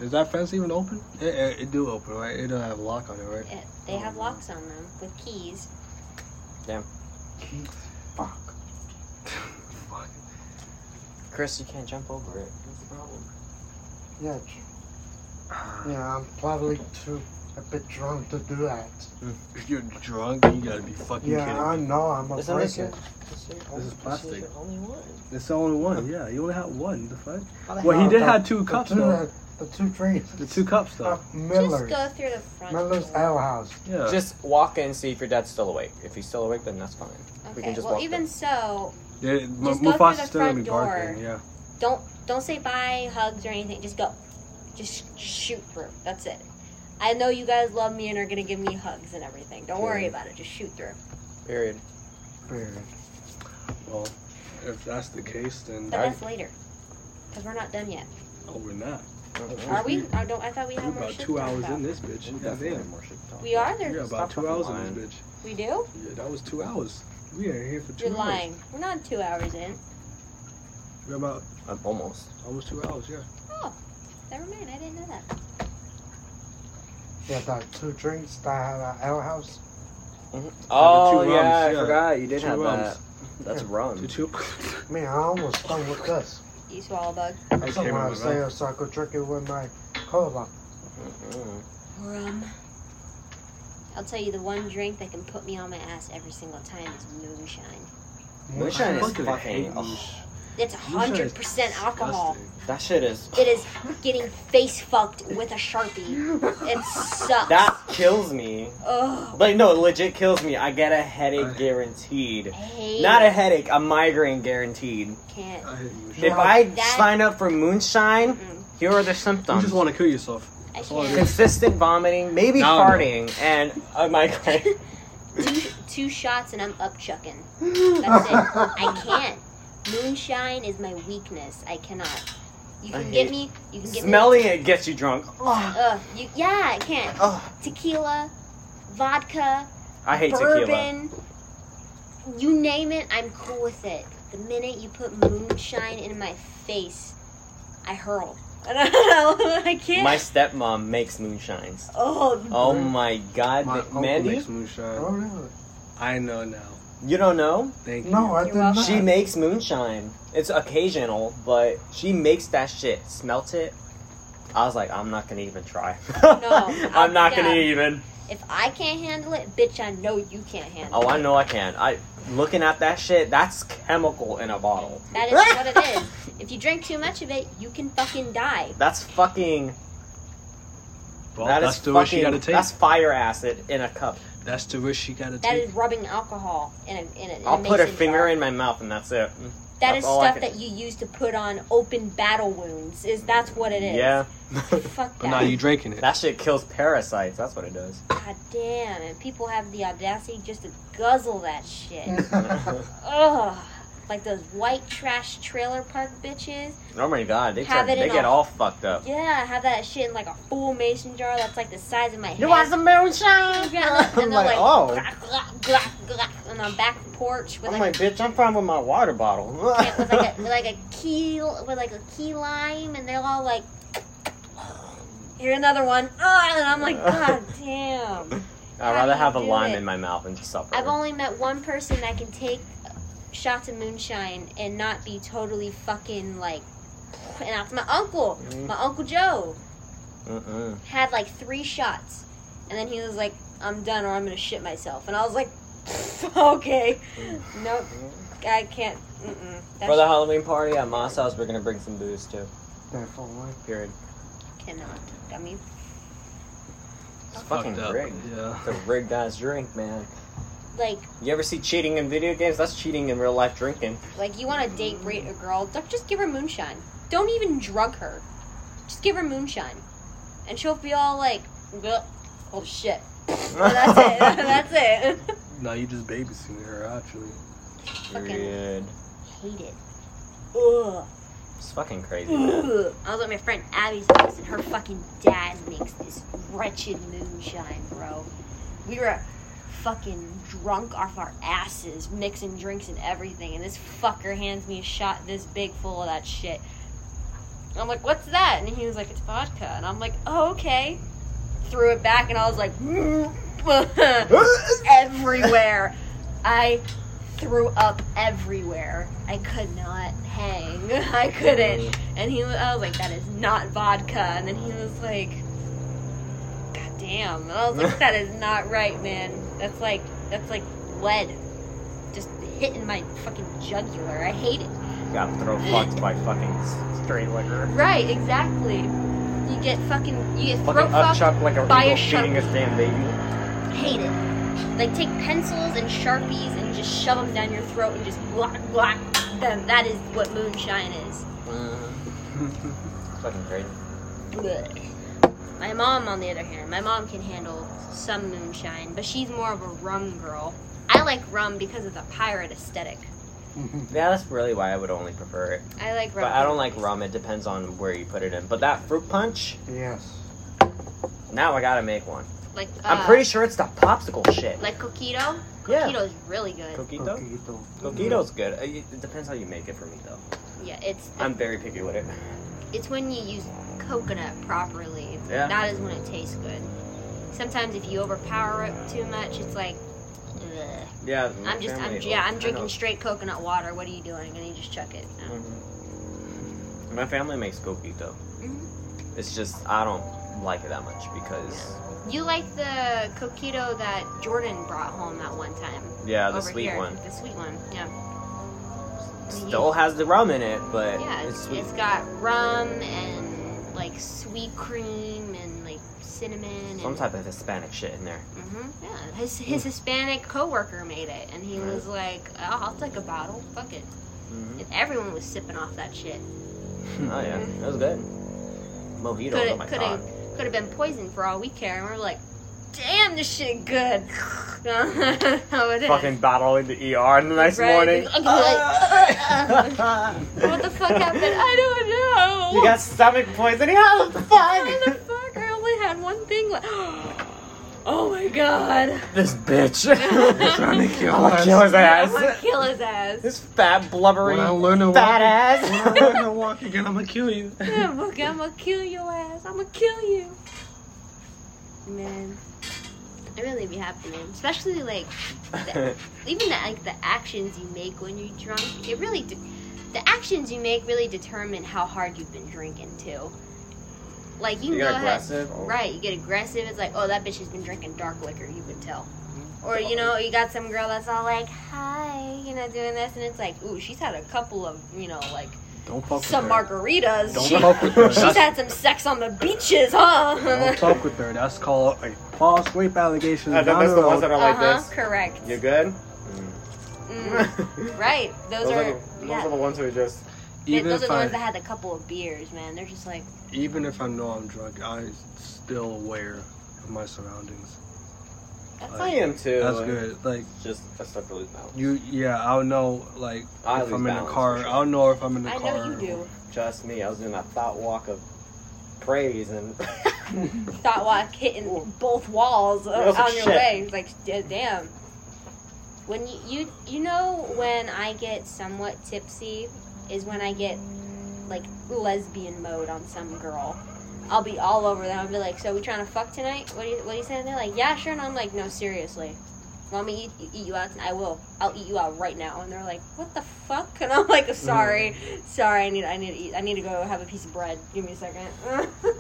S1: Is that fence even open? It, it, it do open, right? It don't have a lock on it, right?
S6: It, they have
S2: Mm.
S6: locks on them with keys.
S3: Fuck.
S1: *laughs* Fuck.
S2: Chris, you can't jump over it. What's the problem?
S3: Yeah. tr- Yeah, I'm probably too a bit drunk to do that.
S1: If you're drunk, you gotta be fucking
S3: Yeah,
S1: kidding.
S3: I know. I'm a
S2: Isn't this
S3: breaker.
S2: your- this your
S1: This
S2: only-
S1: is plastic.
S2: your only one?
S1: It's the only one. Yeah, you only had one. The fuck?
S2: How the
S1: Well,
S2: hell-
S1: he did
S3: the-
S1: have two
S3: The
S1: cups
S3: two,
S1: though.
S3: the two trees.
S1: The two cups
S3: Uh,
S1: though.
S6: Just
S3: Miller's.
S6: go through the front.
S3: Miller's
S6: door.
S3: Ale House.
S1: Yeah.
S2: Just walk in and see if your dad's still awake. If he's still awake, then that's fine.
S6: Okay.
S2: we can just
S6: well,
S2: walk
S6: even
S2: through.
S6: so,
S1: yeah
S6: go
S1: M-
S6: through
S1: Mufasa's
S6: the
S1: still gonna be
S6: front door.
S1: barking. Yeah.
S6: don't don't say bye, hugs, or anything. Just go. Just shoot through. That's it. I know you guys love me and are gonna give me hugs and everything. Don't worry
S2: Okay.
S6: about it. Just shoot through.
S2: Period.
S3: Period.
S1: Well, if that's the case, then
S6: But
S2: Alright.
S6: that's later, because we're not done yet.
S1: oh, we're not.
S6: Are we? I don't. I thought we
S1: We're
S6: had more
S1: about
S6: shit
S1: two
S6: to talk
S1: hours
S6: about.
S1: in this bitch. Yeah, damn.
S6: We are there.
S1: Yeah,
S2: Stop
S1: about
S2: fucking
S1: two hours in
S2: lying.
S1: this bitch.
S6: We do.
S1: Yeah, that was two hours. We ain't here for 2
S6: You're
S1: hours.
S6: lying. We're not two hours in.
S1: We're about
S2: I'm almost.
S1: almost two hours. Yeah.
S6: Oh, Never mind. I didn't know that.
S3: Yeah, the two drinks that I had at Ale House.
S2: Oh,
S1: two
S2: yeah,
S1: rums,
S2: I
S1: yeah.
S2: forgot. You did
S1: Two
S2: have
S1: rums. *laughs*
S2: that. That's
S1: Two
S2: rum.
S1: two.
S3: Man, I almost done with this.
S6: You swallow bug.
S1: *laughs* I
S3: So
S1: came
S3: when
S1: out
S3: I
S1: with
S3: say
S1: that.
S3: a circle drink it with my cola.
S2: Mhm.
S6: Rum. I'll tell you the one drink that can put me on my ass every single time is moonshine.
S2: Moonshine is
S1: I fucking
S2: fucking.
S1: hate
S2: ugh.
S1: moonshine.
S6: It's hundred percent alcohol.
S2: That shit is.
S6: It is getting face fucked with a sharpie. It sucks.
S2: That kills me.
S6: Ugh.
S2: Like no, legit kills me. I get a
S1: I-
S2: headache guaranteed.
S6: I hate
S2: Not a
S6: it.
S2: headache, a migraine guaranteed.
S6: Can't.
S1: I hate you.
S2: If I
S6: That-
S2: sign up for moonshine,
S6: Mm-mm.
S2: here are the
S1: You
S2: symptoms:
S1: just want to kill yourself.
S6: I
S1: That's all it
S6: can't.
S1: is.
S2: consistent vomiting, maybe
S1: No, no.
S2: farting, and a migraine.
S6: Two, two shots and I'm up chucking. That's it. I
S3: *laughs*
S6: can't. Moonshine is my weakness. I cannot. You
S2: I
S6: can
S2: hate-
S6: get me. You can get
S2: Smelling it gets you drunk.
S6: me.
S2: Ugh,
S6: Ugh. You, yeah, I can't.
S2: ugh.
S6: Tequila, vodka,
S2: I hate tequila.
S6: bourbon. You name it, I'm cool with it. The minute you put moonshine in my face, I hurl. *laughs* I can't.
S2: My stepmom makes moonshines.
S6: oh,
S2: Oh my god,
S1: My uncle
S2: Mandy,
S1: makes moonshine.
S3: Oh, really?
S1: I know now.
S2: you don't know?
S1: Thank you.
S3: No, I
S6: You're
S3: did
S6: welcome.
S3: not.
S2: She makes moonshine. It's occasional, but she makes that shit. Smelt it. I was like, I'm not gonna even try. *laughs* I'm not gonna
S6: yeah.
S2: even.
S6: if I can't handle it, bitch, I know you can't handle
S2: Oh,
S6: it.
S2: I know I can. I looking at that shit. That's chemical in a bottle.
S6: That
S2: *laughs*
S6: is what it is. If you drink too much of it, you can fucking die.
S2: That's fucking.
S1: Well,
S2: that
S1: that's
S2: is
S1: the
S2: fucking.
S1: risk you gotta take.
S2: That's
S1: That's,
S2: fire acid in a cup.
S1: the risk you gotta
S6: That
S1: take.
S6: is rubbing alcohol in a in a. in
S2: I'll put a
S6: mason
S2: finger
S6: jar.
S2: in my mouth and that's it.
S6: That
S2: that's
S6: is
S2: all I
S6: stuff
S2: can-
S6: that you use to put on open battle wounds. Is that's what it is?
S2: Yeah. *laughs*
S6: Fuck
S1: but
S6: that.
S1: now Oh, you drinking it.
S2: that shit kills parasites. That's what it does.
S6: God damn! And people have the audacity just to guzzle that shit.
S2: oh
S6: Ugh. Like those white trash trailer park bitches.
S2: Oh my god, they,
S6: Have
S2: turn,
S6: it
S2: they
S6: in
S2: get
S6: a-
S2: all fucked up.
S6: Yeah, have that shit in like a full mason jar that's like the size of my head.
S2: some moonshine?
S6: *laughs* Yeah, and
S2: *laughs*
S6: they're
S2: I'm like,
S6: like,
S2: oh.
S6: glak, glak, glak, glak, on the back porch with
S2: I'm
S6: like,
S2: like, bitch, I'm fine with my water bottle. *laughs*
S6: a- with like a like a key with like a key lime, and they're all like, "Here another one," Ah, and I'm like,
S2: *laughs*
S6: "God damn!"
S2: I'd
S6: *laughs* How
S2: rather
S6: do
S2: have a
S6: you do
S2: lime
S6: it?
S2: in my mouth and just suffer.
S6: I've only met one person that can take shots of moonshine and not be totally fucking like, and that's my uncle,
S2: Mhm.
S6: my uncle Joe.
S2: Mm-mm.
S6: had like three shots, and then he was like, "I'm done, or I'm gonna shit myself." And I was like, *laughs* "Okay, nope, I can't." Mm-mm. That
S2: For the Halloween party at Moss House, we're gonna bring some booze too.
S3: *laughs* Definitely.
S2: Period.
S6: shit cannot. I mean,
S2: It's fucking
S1: Fucked up.
S2: rigged.
S1: Yeah.
S2: It's a rigged ass drink, man.
S6: like,
S2: You ever see cheating in video games? That's cheating in real life drinking.
S6: like you want to date rate a girl? don't- Just give her moonshine. Don't even drug her. Just give her moonshine, and she'll be all like, "Well, "Oh shit." And that's it. *laughs*
S2: *laughs*
S6: That's it.
S1: Now you just babysitting her actually.
S6: fucking-
S2: Period.
S6: Hate it. Ugh.
S2: It's fucking crazy,
S6: *laughs*
S2: man.
S6: Ugh. I was at my friend Abby's house, and her fucking dad makes this wretched moonshine, bro. We were fucking drunk off our asses, mixing drinks and everything, and this fucker hands me a shot this big full of that shit. I'm like, what's that? And he was like, it's vodka. And I'm like, oh, okay. Threw it back, and I was like, everywhere. I threw up everywhere. I could not hang. *laughs* I couldn't. And he was, I was like, that is not vodka. And then he was like, God damn. And I was like, that is not right, man. That's like, that's like lead. Just hitting my fucking jugular. I hate it.
S2: Got throw fucked by fucking s- straight liquor.
S6: Right, exactly. You get fucking, you get throat
S2: Fucking up
S6: fucked.
S2: chuck like a
S6: by a
S2: eagle feeding his damn baby.
S6: Hate it. Like take pencils and sharpies and just shove them down your throat and just block, block them. That is what moonshine is.
S2: It's fucking crazy.
S6: Blech. My mom, on the other hand, my mom can handle some moonshine, but she's more of a rum girl. I like rum because of the pirate aesthetic.
S2: Yeah, that's really why I would only prefer it.
S6: I like rum.
S2: But I don't like rum. It depends on where you put it in. But that fruit punch,
S3: Yes.
S2: now I gotta make one.
S6: Like uh,
S2: I'm pretty sure it's the popsicle shit.
S6: like coquito.
S2: Yeah.
S6: Coquito is really good.
S2: Coquito?
S3: Coquito.
S2: Coquito's good. Uh, It depends how you make it for me, though.
S6: Yeah, it's
S2: I'm very picky with it.
S6: it's when you use coconut properly.
S2: Yeah.
S6: That is when it tastes good. Sometimes if you overpower it too much, it's like. bleh.
S2: Yeah. my
S6: I'm just, I'm,
S2: Mm-hmm. family-
S6: yeah,
S2: I
S6: I'm drinking
S2: know.
S6: straight coconut water. What are you doing? And you just chuck it. No.
S2: Mhm. My family makes coquito.
S6: Mhm.
S2: It's just, I don't like it that much because,
S6: You like the coquito that Jordan brought home that one time.
S2: yeah, Oh, the
S6: over
S2: sweet
S6: here.
S2: one.
S6: The sweet one, yeah.
S2: Still has the rum in it, but
S6: Yeah,
S2: it's
S6: it's,
S2: sweet.
S6: it's got rum and like sweet cream and like cinnamon.
S2: Some
S6: and,
S2: type of Hispanic shit in there.
S6: hmm
S7: Mm-hmm.
S6: Yeah, his his Hispanic coworker made it, and he
S2: Right.
S6: was like, oh, "I'll take a bottle, fuck it."
S2: Mhm.
S6: And everyone was sipping off that shit.
S2: *laughs* Oh yeah, that was good.
S6: Mm-hmm.
S2: Mojito.
S6: Coulda-
S2: oh my
S6: coulda-
S2: god.
S6: Could have been poison for all we care, and we're like, "Damn, this shit good." *laughs* How it is.
S7: Fucking battle in the ER the next
S6: *laughs*
S7: morning.
S6: Right? Like, *laughs* what the fuck happened?
S2: *laughs*
S6: I don't know.
S7: You got stomach poisoning. How the
S6: Why the
S7: fuck?
S6: fuck? I only had one thing left. *gasps* Oh my god.
S7: this
S2: *laughs*
S7: bitch.
S1: trying to kill
S7: I'm gonna
S1: us.
S7: kill his
S6: I'm gonna
S7: ass.
S6: kill his ass.
S7: This fat blubbering
S1: When I learn to walk,
S7: fat
S1: when *laughs* I learn
S2: *laughs*
S7: ass.
S1: to walk again, I'm gonna kill you.
S6: Yeah, fuck, I'm gonna kill your ass. I'm gonna kill you. Man. I really be happy, man. Especially like *laughs* even the, like the actions you make when you're drunk. It really de- the actions you make really determine how hard you've been drinking too. Like *laughs* you, can
S2: you
S6: go
S2: got
S6: ahead.
S2: aggressive. Oh,
S6: Right, you get aggressive. It's like, oh, that bitch has been drinking dark liquor. You can tell. Or you know, you got some girl that's all like, hi, you know, doing this, and it's like, ooh, she's had a couple of, you know, like
S1: Don't fuck
S6: some
S1: with her.
S6: margaritas.
S1: Don't
S6: She-
S1: fuck with her.
S6: she's
S1: That's-
S6: had some sex on the beaches, huh?
S1: Don't fuck with her. That's called a false rape allegation.
S7: And then
S1: down
S7: there's
S1: the
S7: the ones
S1: road.
S7: that are like
S6: uh-huh,
S7: this.
S6: correct.
S7: You good?
S6: Mm,
S2: *laughs*
S6: right, those,
S7: those,
S6: are,
S7: are, the- those
S6: yeah.
S7: are the ones who are just
S6: Th-
S1: Even
S6: those are
S1: if
S6: the ones that
S1: I,
S6: had a couple of beers, man. They're just like,
S1: even if I know I'm drunk, I'm still aware of my surroundings.
S6: that's
S1: Like,
S6: like,
S2: I am too.
S1: That's good. Like
S2: Just I start to lose balance.
S1: you, yeah, I'll know. Like
S2: I
S1: if
S2: lose
S1: I'm in a
S2: balance,
S1: car,
S2: for sure.
S1: I'll know if I'm in a
S6: I
S1: car.
S6: know you do.
S2: Just me. I was doing that thought walk of praise and *laughs*
S6: Thought walk hitting both walls
S2: That was
S6: on your
S2: shit.
S6: way. Like, d- damn. When you, you you know when I get somewhat tipsy is when I get like lesbian mode on some girl. I'll be all over them. I'll be like, "So we trying to fuck tonight? What do you What do you saying?" They're like, "Yeah, sure." And I'm like, "No, seriously. Want me to eat, eat you out? tonight? I will. I'll eat you out right now." And they're like, "What the fuck?" And I'm like, "Sorry,
S2: Mm.
S6: sorry. I need I need to eat. I need to go have a piece of bread. Give me a second.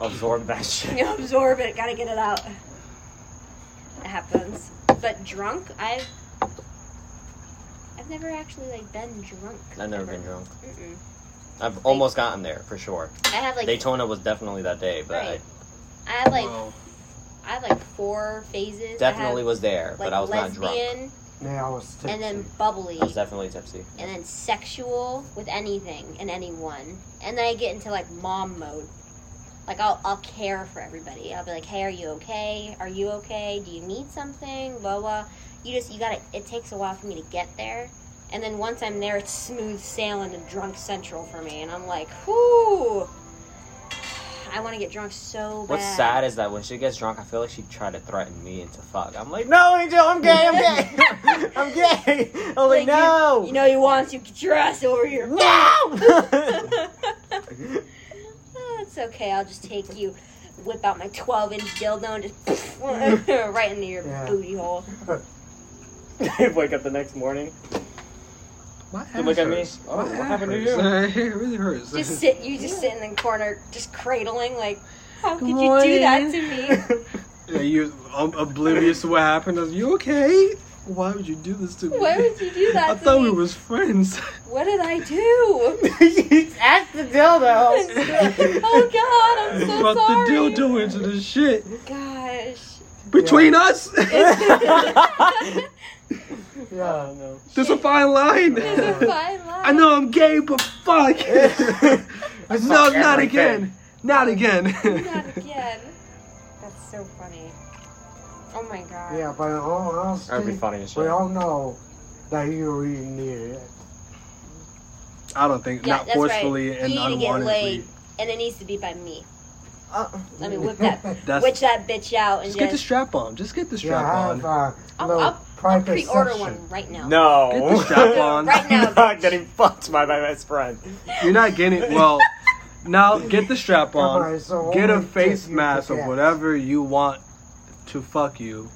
S7: absorb that shit.
S6: you know, absorb it. Gotta get it out. It happens. But drunk, I've I've never actually like been drunk.
S2: I've never
S6: ever.
S2: been drunk.
S6: Mm-mm.
S2: I've almost gotten there for sure.
S6: I have like
S2: Daytona was definitely that day, but
S6: Right. I have like
S1: Well,
S6: I have like four phases.
S2: I definitely
S6: I have,
S2: was there,
S6: like
S2: but I was not drunk.
S6: lesbian,
S3: Yeah, I was tipsy.
S6: and then bubbly,
S2: I was definitely tipsy.
S6: and then sexual with anything and anyone, and then I get into like mom mode. Like I'll I'll care for everybody. I'll be like, hey, are you okay? Are you okay? Do you need something? Blah blah. You just you gotta. It takes a while for me to get there, and then once I'm there, it's smooth sailing to drunk central for me, and I'm like, whoo. I want to get drunk so bad.
S2: What's sad is that when she gets drunk, I feel like she tried to threaten me into fuck. I'm like, no, Angel, I'm gay, *laughs* I'm gay, I'm gay. I'm like,
S6: Like,
S2: Oh, no,
S6: You know you want to get your ass over here. *laughs*
S2: *laughs* no.
S6: Oh, it's okay. I'll just take you, whip out my 12 inch dildo and just *laughs* right into your
S3: Yeah.
S6: booty
S1: *laughs*
S6: hole.
S7: Wake up the next morning.
S1: my
S7: You
S1: ass
S7: look at me.
S1: hurts.
S7: Oh, what
S1: My ass
S7: happened to
S1: hurts.
S7: you?
S1: *laughs* it really hurts.
S6: Just sit, you just sit in the corner, just cradling, like, how could
S1: Good
S6: you do that to
S1: morning. *laughs*
S6: me?
S1: Yeah, you um, oblivious to what happened. I was, you okay? Why would you do this to me?
S6: Why would you do that
S1: I
S6: to
S1: thought
S6: me?
S1: we was friends. *laughs*
S6: What did I do?
S7: *laughs* Ask the
S1: *laughs*
S7: dildo.
S6: *laughs* oh God, I'm so
S1: you brought
S6: sorry.
S1: the dildo into the shit
S2: *laughs*
S6: Gosh.
S1: between us. *laughs*
S3: yeah.
S7: no.
S1: There's a fine line.
S6: It's a fine line.
S1: I know I'm gay, but fuck. *laughs* no, not again. Not again.
S6: Not again. That's so funny. Oh my God.
S3: Yeah, but in all honesty,
S2: That'd be funny as
S3: we
S2: shit.
S3: all know that you really needed it.
S1: I don't think
S6: Yeah,
S1: not
S6: that's right.
S1: forcefully and
S6: You need to get
S1: unwantedly.
S6: laid. And it needs to be by me.
S2: Uh,
S6: Let me whip that
S3: *laughs*
S1: That's
S6: Which that bitch out and
S1: just get the
S6: just,
S1: strap on. Just get the
S3: Yeah,
S1: strap
S3: I
S1: on.
S3: have uh, a
S6: I'll-
S3: little
S6: I'll-
S3: private
S6: pre-order
S3: section.
S6: one right now.
S1: Get
S7: No.
S1: the *laughs* strap on.
S6: Right now.
S7: I'm *laughs* not getting fucked by my best friend.
S1: You're not getting well. Now get the strap
S3: Come
S1: on.
S3: on, so
S1: get a
S3: only
S1: face
S3: if you
S1: mask
S3: forget.
S1: or whatever you want to fuck you,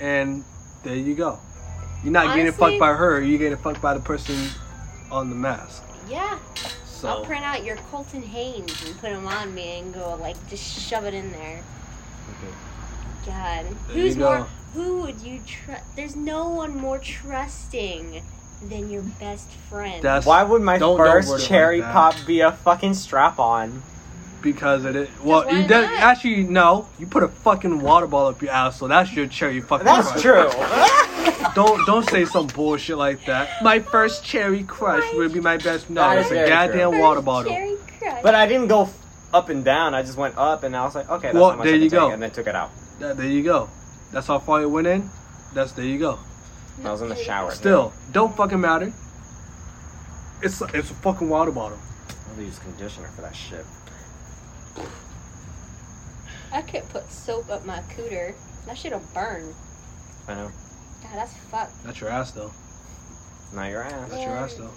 S1: and there you go. You're not getting
S6: Honestly-
S1: fucked by her. You're getting fucked by the person on the mask.
S6: *laughs* Yeah, I'll
S1: So
S6: print out your Colton Haynes and put them on me and go like just shove it in there. God,
S1: There
S6: who's
S1: you go.
S6: more? Who would you trust? There's no one more trusting than your best friend.
S1: That's
S7: Why would my
S1: Don't- don't
S7: first
S1: word it like
S7: cherry
S1: that.
S7: pop be a fucking strap on?
S1: because it is. Well,
S5: why
S1: you did,
S5: not?
S1: actually no. You put a fucking water ball up your ass, so that's your cherry fucking.
S7: That's
S1: crush. *laughs*
S7: true. *laughs*
S1: Don't don't say some bullshit like that. My first cherry crush would be my best. No,
S7: That is
S1: it's a
S7: very
S1: goddamn
S7: true.
S1: water bottle.
S6: Cherry crush.
S7: but I didn't go f- up and down. I just went up, and I was like, okay, that's
S1: Well,
S7: how much
S1: there
S7: I can
S1: you
S7: take,
S1: go.
S7: and then took it out.
S1: That- there you go. That's how far it went in. That's there you go.
S7: I was in the shower.
S1: Still, don't fucking matter. It's it's a fucking water bottle.
S7: I'll use conditioner for that shit.
S6: I could put soap up my cooter. That shit'll burn.
S7: I know.
S6: God, that's fucked.
S1: That's your ass though.
S7: Not your ass.
S1: That's your ass *laughs* though.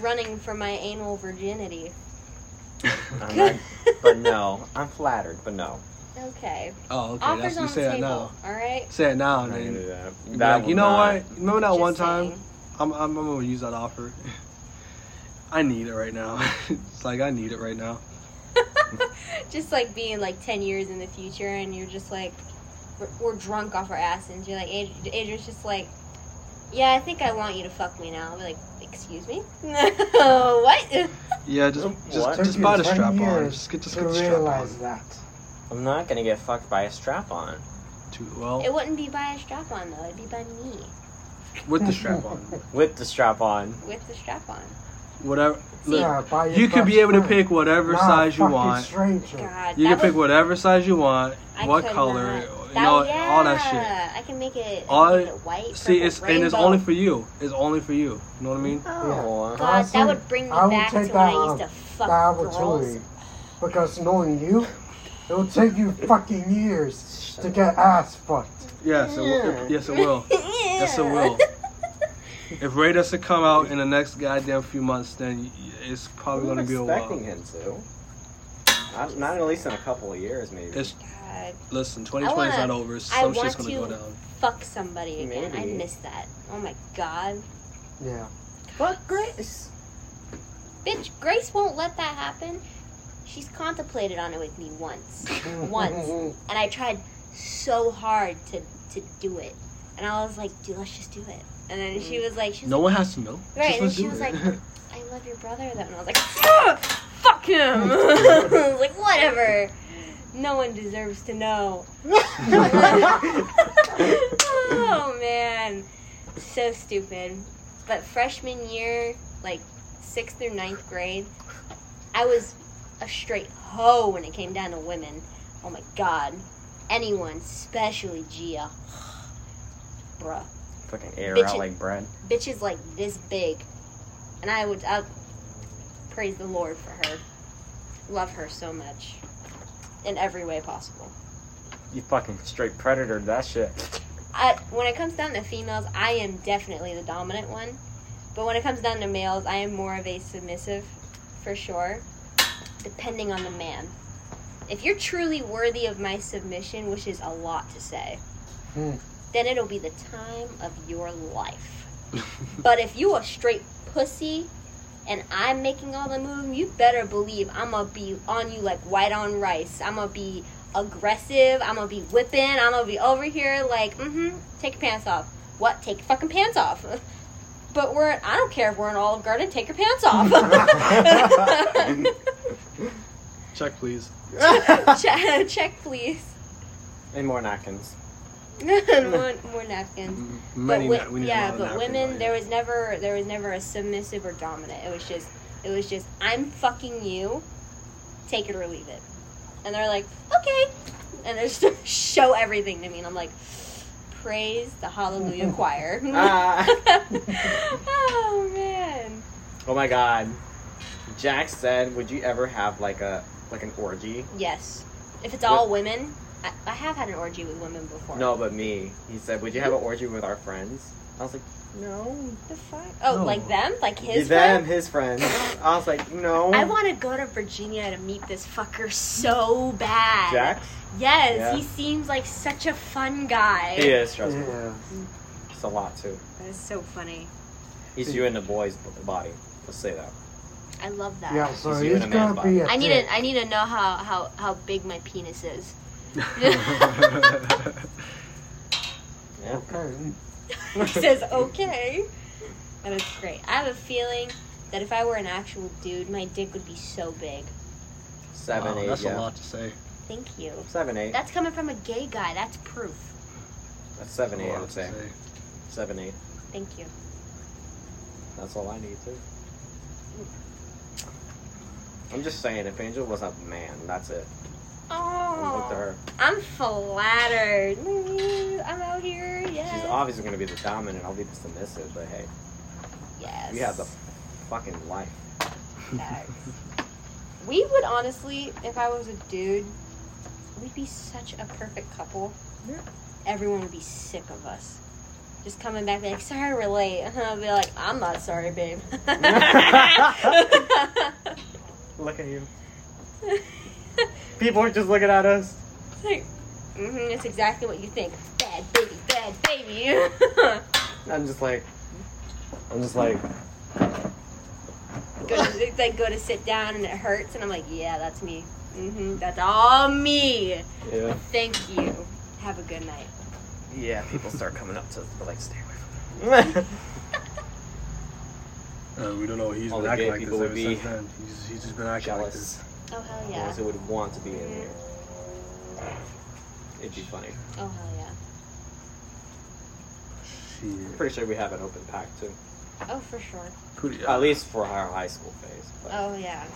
S6: Running for my anal virginity.
S7: I'm not, but no, I'm flattered. But no,
S6: *laughs* okay.
S1: Oh, okay.
S6: Offers
S1: that's,
S6: on
S1: you
S6: the
S1: say that now.
S6: table. All right.
S1: Say it now,
S7: I'm
S1: and
S7: not
S1: then
S7: gonna do
S1: you
S7: that.
S1: be
S7: That
S1: like,
S7: will
S1: you know
S7: not-
S1: what? Remember that
S6: Just
S1: one time?
S6: saying.
S1: I'm, I'm I'm gonna use that offer. *laughs* I need it right now. *laughs* it's like I need it right now.
S6: *laughs* just like being like 10 years in the future and you're just like we're, we're drunk off our asses you're like Ad- adrian's just like yeah i think i want you to fuck me now i'll be like excuse me *laughs* what *laughs*
S1: Yeah, just just,
S7: What?
S1: just buy the
S3: Took you
S1: strap
S3: 10
S1: on.
S3: years
S1: Just get just
S3: to
S1: get the strap
S3: realize
S1: on.
S3: that.
S7: I'm not gonna get fucked by a strap on.
S1: Too, well,
S6: it wouldn't be by a strap on though it'd be by me
S1: with the strap
S3: *laughs*
S1: on,
S7: With the strap on.
S6: with the strap on
S1: *laughs* whatever. Look,
S3: Yeah, buy your
S1: you could be
S3: best
S1: able to
S3: friend.
S1: pick whatever
S3: Not a
S1: size you
S3: fucking
S1: want.
S3: Stranger.
S6: god
S1: You
S6: that
S1: can pick
S6: would-
S1: whatever size you want,
S6: I
S1: what
S6: could
S1: color,
S6: not. Oh,
S1: you know, all that shit.
S6: yeah, i can make it, I
S1: All-
S6: can make it white
S1: See,
S6: purple,
S1: it's and it's
S6: rainbow.
S1: only for you. It's only for you. You know what I mean?
S7: Oh.
S6: god
S3: Honestly,
S6: that would bring me
S3: I would
S6: back to
S3: take
S6: when i
S3: that,
S6: used to
S3: um,
S6: fuck
S3: that
S6: girls
S3: opportunity. Because knowing you, it will take you fucking years to get ass fucked.
S1: Yes, it will. Yes, it
S6: *laughs*
S1: *laughs* will. Yes, it will. If Ray doesn't come out in the next goddamn few months, then y- it's probably
S7: I'm
S1: gonna be a
S7: expecting
S1: while.
S7: him to. Not, not at least in a couple of years, maybe. *laughs*
S1: It's
S6: God.
S1: listen, 2020 is
S6: wanna-
S1: not over.
S6: I
S1: Some shit's
S6: want
S1: gonna
S6: to-
S1: go down.
S6: fuck somebody again. I
S7: Maybe.
S6: miss that. Oh my god. *laughs*
S3: Yeah. *laughs*
S7: Fuck Grace.
S6: Bitch, Grace won't let that happen. She's contemplated on it with me
S1: *laughs*
S6: once. once. And I tried so hard to, to do it. And I was like, dude, let's just do it. And then she was like, she's
S1: No one has to know.
S6: Right,
S1: Just
S6: and
S1: let's
S6: she
S1: do
S6: was
S1: it.
S6: like- I love your brother though. And I was like, "Ugh, fuck him. *laughs* I was like, whatever. No one deserves to know. oh man. So stupid. But freshman year, like sixth through ninth grade, I was a straight hoe when it came down to women. Oh my god. Anyone, especially Gia. *sighs* Bruh
S7: Fucking air
S6: Bitch
S7: out
S6: it.
S7: like bread.
S6: bitches like this big, and I would I praise the Lord for her. Love her so much, in every way possible.
S7: You fucking straight predator that shit.
S6: I, when it comes down to females, I am definitely the dominant one, but when it comes down to males, I am more of a submissive, for sure. Depending on the man. If you're truly worthy of my submission, which is a lot to say,
S3: Hmm.
S6: then it'll be the time of your life. But if you a straight pussy and I'm making all the move, you better believe I'm gonna be on you like white on rice. I'm gonna be aggressive. I'm gonna be whipping. I'm gonna be over here like, mm-hmm. Take your pants off. What? Take your fucking pants off. *laughs* But we're. I don't care if we're in Olive Garden. Take your pants off.
S1: *laughs*
S6: *laughs*
S1: Check, please.
S6: *laughs* check, check, please. *laughs*
S7: and more napkins.
S6: more, more napkins.
S1: M- Many.
S6: wi-
S1: na- we need a lot
S6: yeah,
S1: of
S6: but
S1: napkins
S6: women,
S1: out
S6: there
S1: here.
S6: was never there was never a submissive or dominant. It was just it was just I'm fucking you, take it or leave it. And they're like, okay, and they *laughs* just show everything to me, and I'm like, praise
S7: *laughs*
S6: the hallelujah choir.
S7: Ah.
S6: *laughs* oh man,
S7: Oh my god. Jack said, "Would you ever have like a like an orgy?"
S6: yes. If it's all women, I, I have had an orgy with women before.
S7: No, but me. He said, "Would you have an orgy with our friends?" I was like, "No."
S6: the fuck? Oh,
S1: No.
S6: like them, like his
S7: them,
S6: friends?
S7: his friends. I was like, "No."
S6: I want to go to Virginia to meet this fucker so bad.
S7: Jack.
S6: Yes,
S7: Yeah.
S6: he seems like such a fun guy.
S7: He is. Trust me.
S3: yeah.
S7: It's a lot too.
S6: That is so funny.
S7: He's you in the boy's b- body. Let's say that.
S6: I love that.
S3: Yeah, so
S7: He's
S3: he's
S7: doing a man
S3: gonna be a
S6: I need
S3: dick.
S6: to I need to know how, how, how big my penis is. *laughs*
S7: Yeah.
S1: *laughs*
S3: Okay.
S6: he says okay. That was great. I have a feeling that if I were an actual dude, my dick would be so big.
S2: Seven,
S1: Wow,
S2: eight,
S1: that's a
S2: yeah.
S1: lot to say.
S6: Thank you.
S2: Seven, eight.
S6: That's coming from a gay guy. That's proof.
S2: That's seven,
S1: A
S2: eight, I
S1: lot
S2: would
S1: to
S2: say. Seven, eight.
S6: Thank you.
S2: That's all I need to. I'm just saying, if Angel was a man, that's it. I'm hooked
S6: Oh,
S2: to her.
S6: I'm flattered. Woo, I'm out here. Yes.
S2: She's obviously going to be the dominant. I'll be the submissive, but hey,
S6: Yes.
S2: we have the fucking life.
S6: Facts. we would honestly, if I was a dude, we'd be such a perfect couple. Everyone would be sick of us. Just coming back, be like, sorry, we're late. *laughs* I'll be like, I'm not sorry, babe. *laughs* It's
S2: Look at you. People are just looking at us.
S6: like, hmm it's exactly what you think. Bad baby, bad baby. *laughs*
S2: I'm just like, I'm just like,
S6: go to, it's like, go to sit down and it hurts, and I'm like, yeah, that's me. hmm that's all me.
S2: yeah.
S6: Thank you. Have a good night.
S2: Yeah, people start coming up to us, but like, stay away from *laughs* them.
S1: Uh, we don't know. He's
S2: All
S1: been
S2: the
S1: acting
S2: gay
S1: like this
S2: people would
S1: ever
S2: be
S1: since then. He's, he's just been acting like this.
S2: Jealous.
S6: Oh, hell
S2: The
S6: yeah.
S2: Ones who would want to be in here. It'd be funny.
S6: Oh hell yeah!
S1: Shit.
S2: Pretty sure we have an open pack too.
S6: Oh for sure.
S1: Pretty- uh,
S2: At *laughs* least for our high school phase. But,
S6: Oh yeah.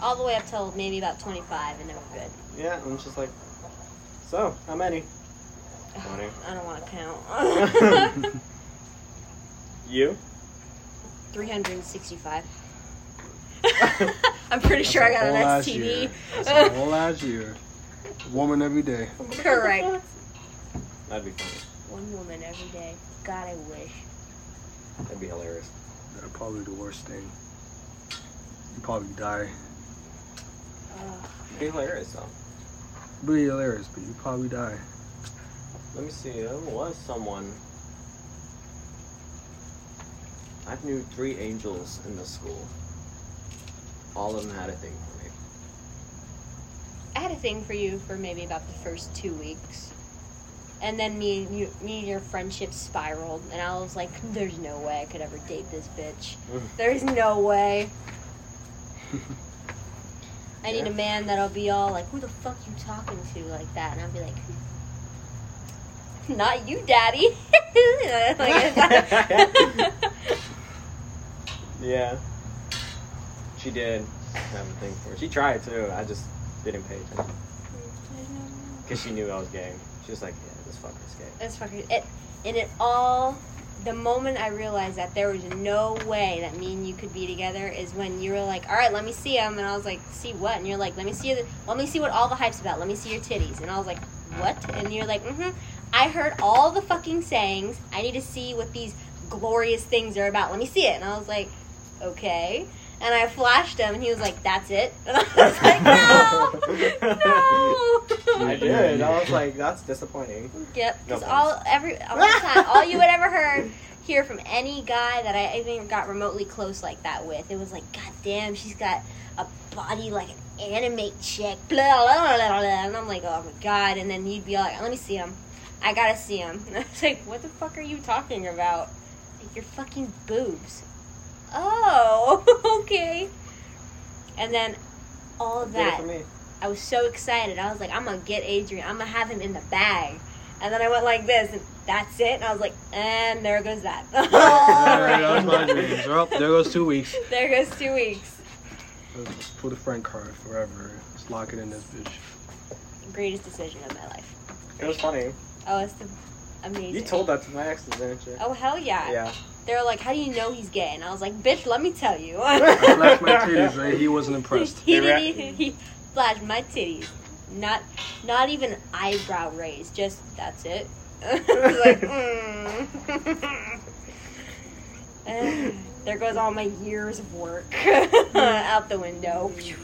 S6: All the way up till maybe about 25, and then we're good.
S2: Yeah, I'm just like, so how many? Twenty.
S6: I don't want to
S1: *laughs*
S6: count.
S2: You?
S1: *laughs*
S6: 365. *laughs* I'm pretty sure I
S1: That's
S6: got
S1: a
S6: an
S1: whole ass
S6: STD.
S1: year. That's a
S6: *laughs*
S1: whole last year. Woman every day.
S6: Correct.
S2: That'd be funny.
S6: One woman every day. God, I wish.
S2: That'd be hilarious.
S1: That's probably the worst thing. You probably die.
S6: Ugh.
S2: It'd be hilarious though.
S1: It'd be hilarious, but you probably
S2: *laughs*
S1: die.
S2: Let me see. There was someone. I knew three angels in the school. All of them had a thing for me.
S6: I had a thing for you for maybe about the first two weeks. And then me and you, me and your friendship spiraled, and I was like, "There's no way I could ever date this bitch. There's no way. I need
S2: Yeah.
S6: a man that'll be all like, who the fuck you talking to like that?" And I'll be like, "Not you, daddy." *laughs* Like,
S2: Yeah. She did have a thing for it. She tried too. I just didn't pay attention. Because she knew I was gay. She was like, yeah, this fucker's gay.
S6: That's fucking it. And it all, the moment I realized that there was no way that me and you could be together is when you were like, "All right, let me see him," and I was like, "See what?" And you're like, "Let me see the, let me see what all the hype's about. Let me see your titties." And I was like, "What?" And you're like, "Mm-hmm. I heard all the fucking sayings. I need to see what these glorious things are about. Let me see it." And I was like, "Okay." And I flashed him, and he was like, "That's it." *laughs* And I was like, "No, no."
S2: I did. I was like, that's disappointing.
S6: Yep, because
S2: No
S6: all every all the time, all you would ever heard hear from any guy that I even got remotely close like that with, it was like, God damn, she's got a body like an anime chick, blah blah blah blah. blah. And I'm like, oh my god. And then you'd be like, let me see him. I gotta see him. *laughs* And I was like, what the fuck are you talking about? Like your fucking boobs. Oh, *laughs* okay. And then all of
S2: Did it
S6: that.
S2: for me.
S6: I was so excited. I was like, I'm gonna get Adrian. I'm gonna have him in the bag. And then I went like this, and that's it. And I was like, and there goes that. *laughs* All
S1: Alright, that was *laughs* my
S6: right.
S1: dreams. Well, there goes two weeks.
S6: There goes two weeks.
S1: Let's pull the friend card forever. Let's lock it in this bitch.
S6: Greatest decision of my life.
S2: It was funny.
S6: Oh, it's the amazing.
S2: You told that to my exes, didn't you?
S6: Oh hell yeah.
S2: Yeah.
S6: They were like, how do you know he's gay? And I was like, bitch, let me tell you.
S1: I
S6: *laughs*
S1: flashed my titties and he wasn't impressed.
S6: he,
S2: They were-
S6: didn't even- he flashed my titties. Not, not even eyebrow raise. Just that's it. *laughs* I was like, mm. *laughs* Eh, there goes all my years of work *laughs* out the window. Phew.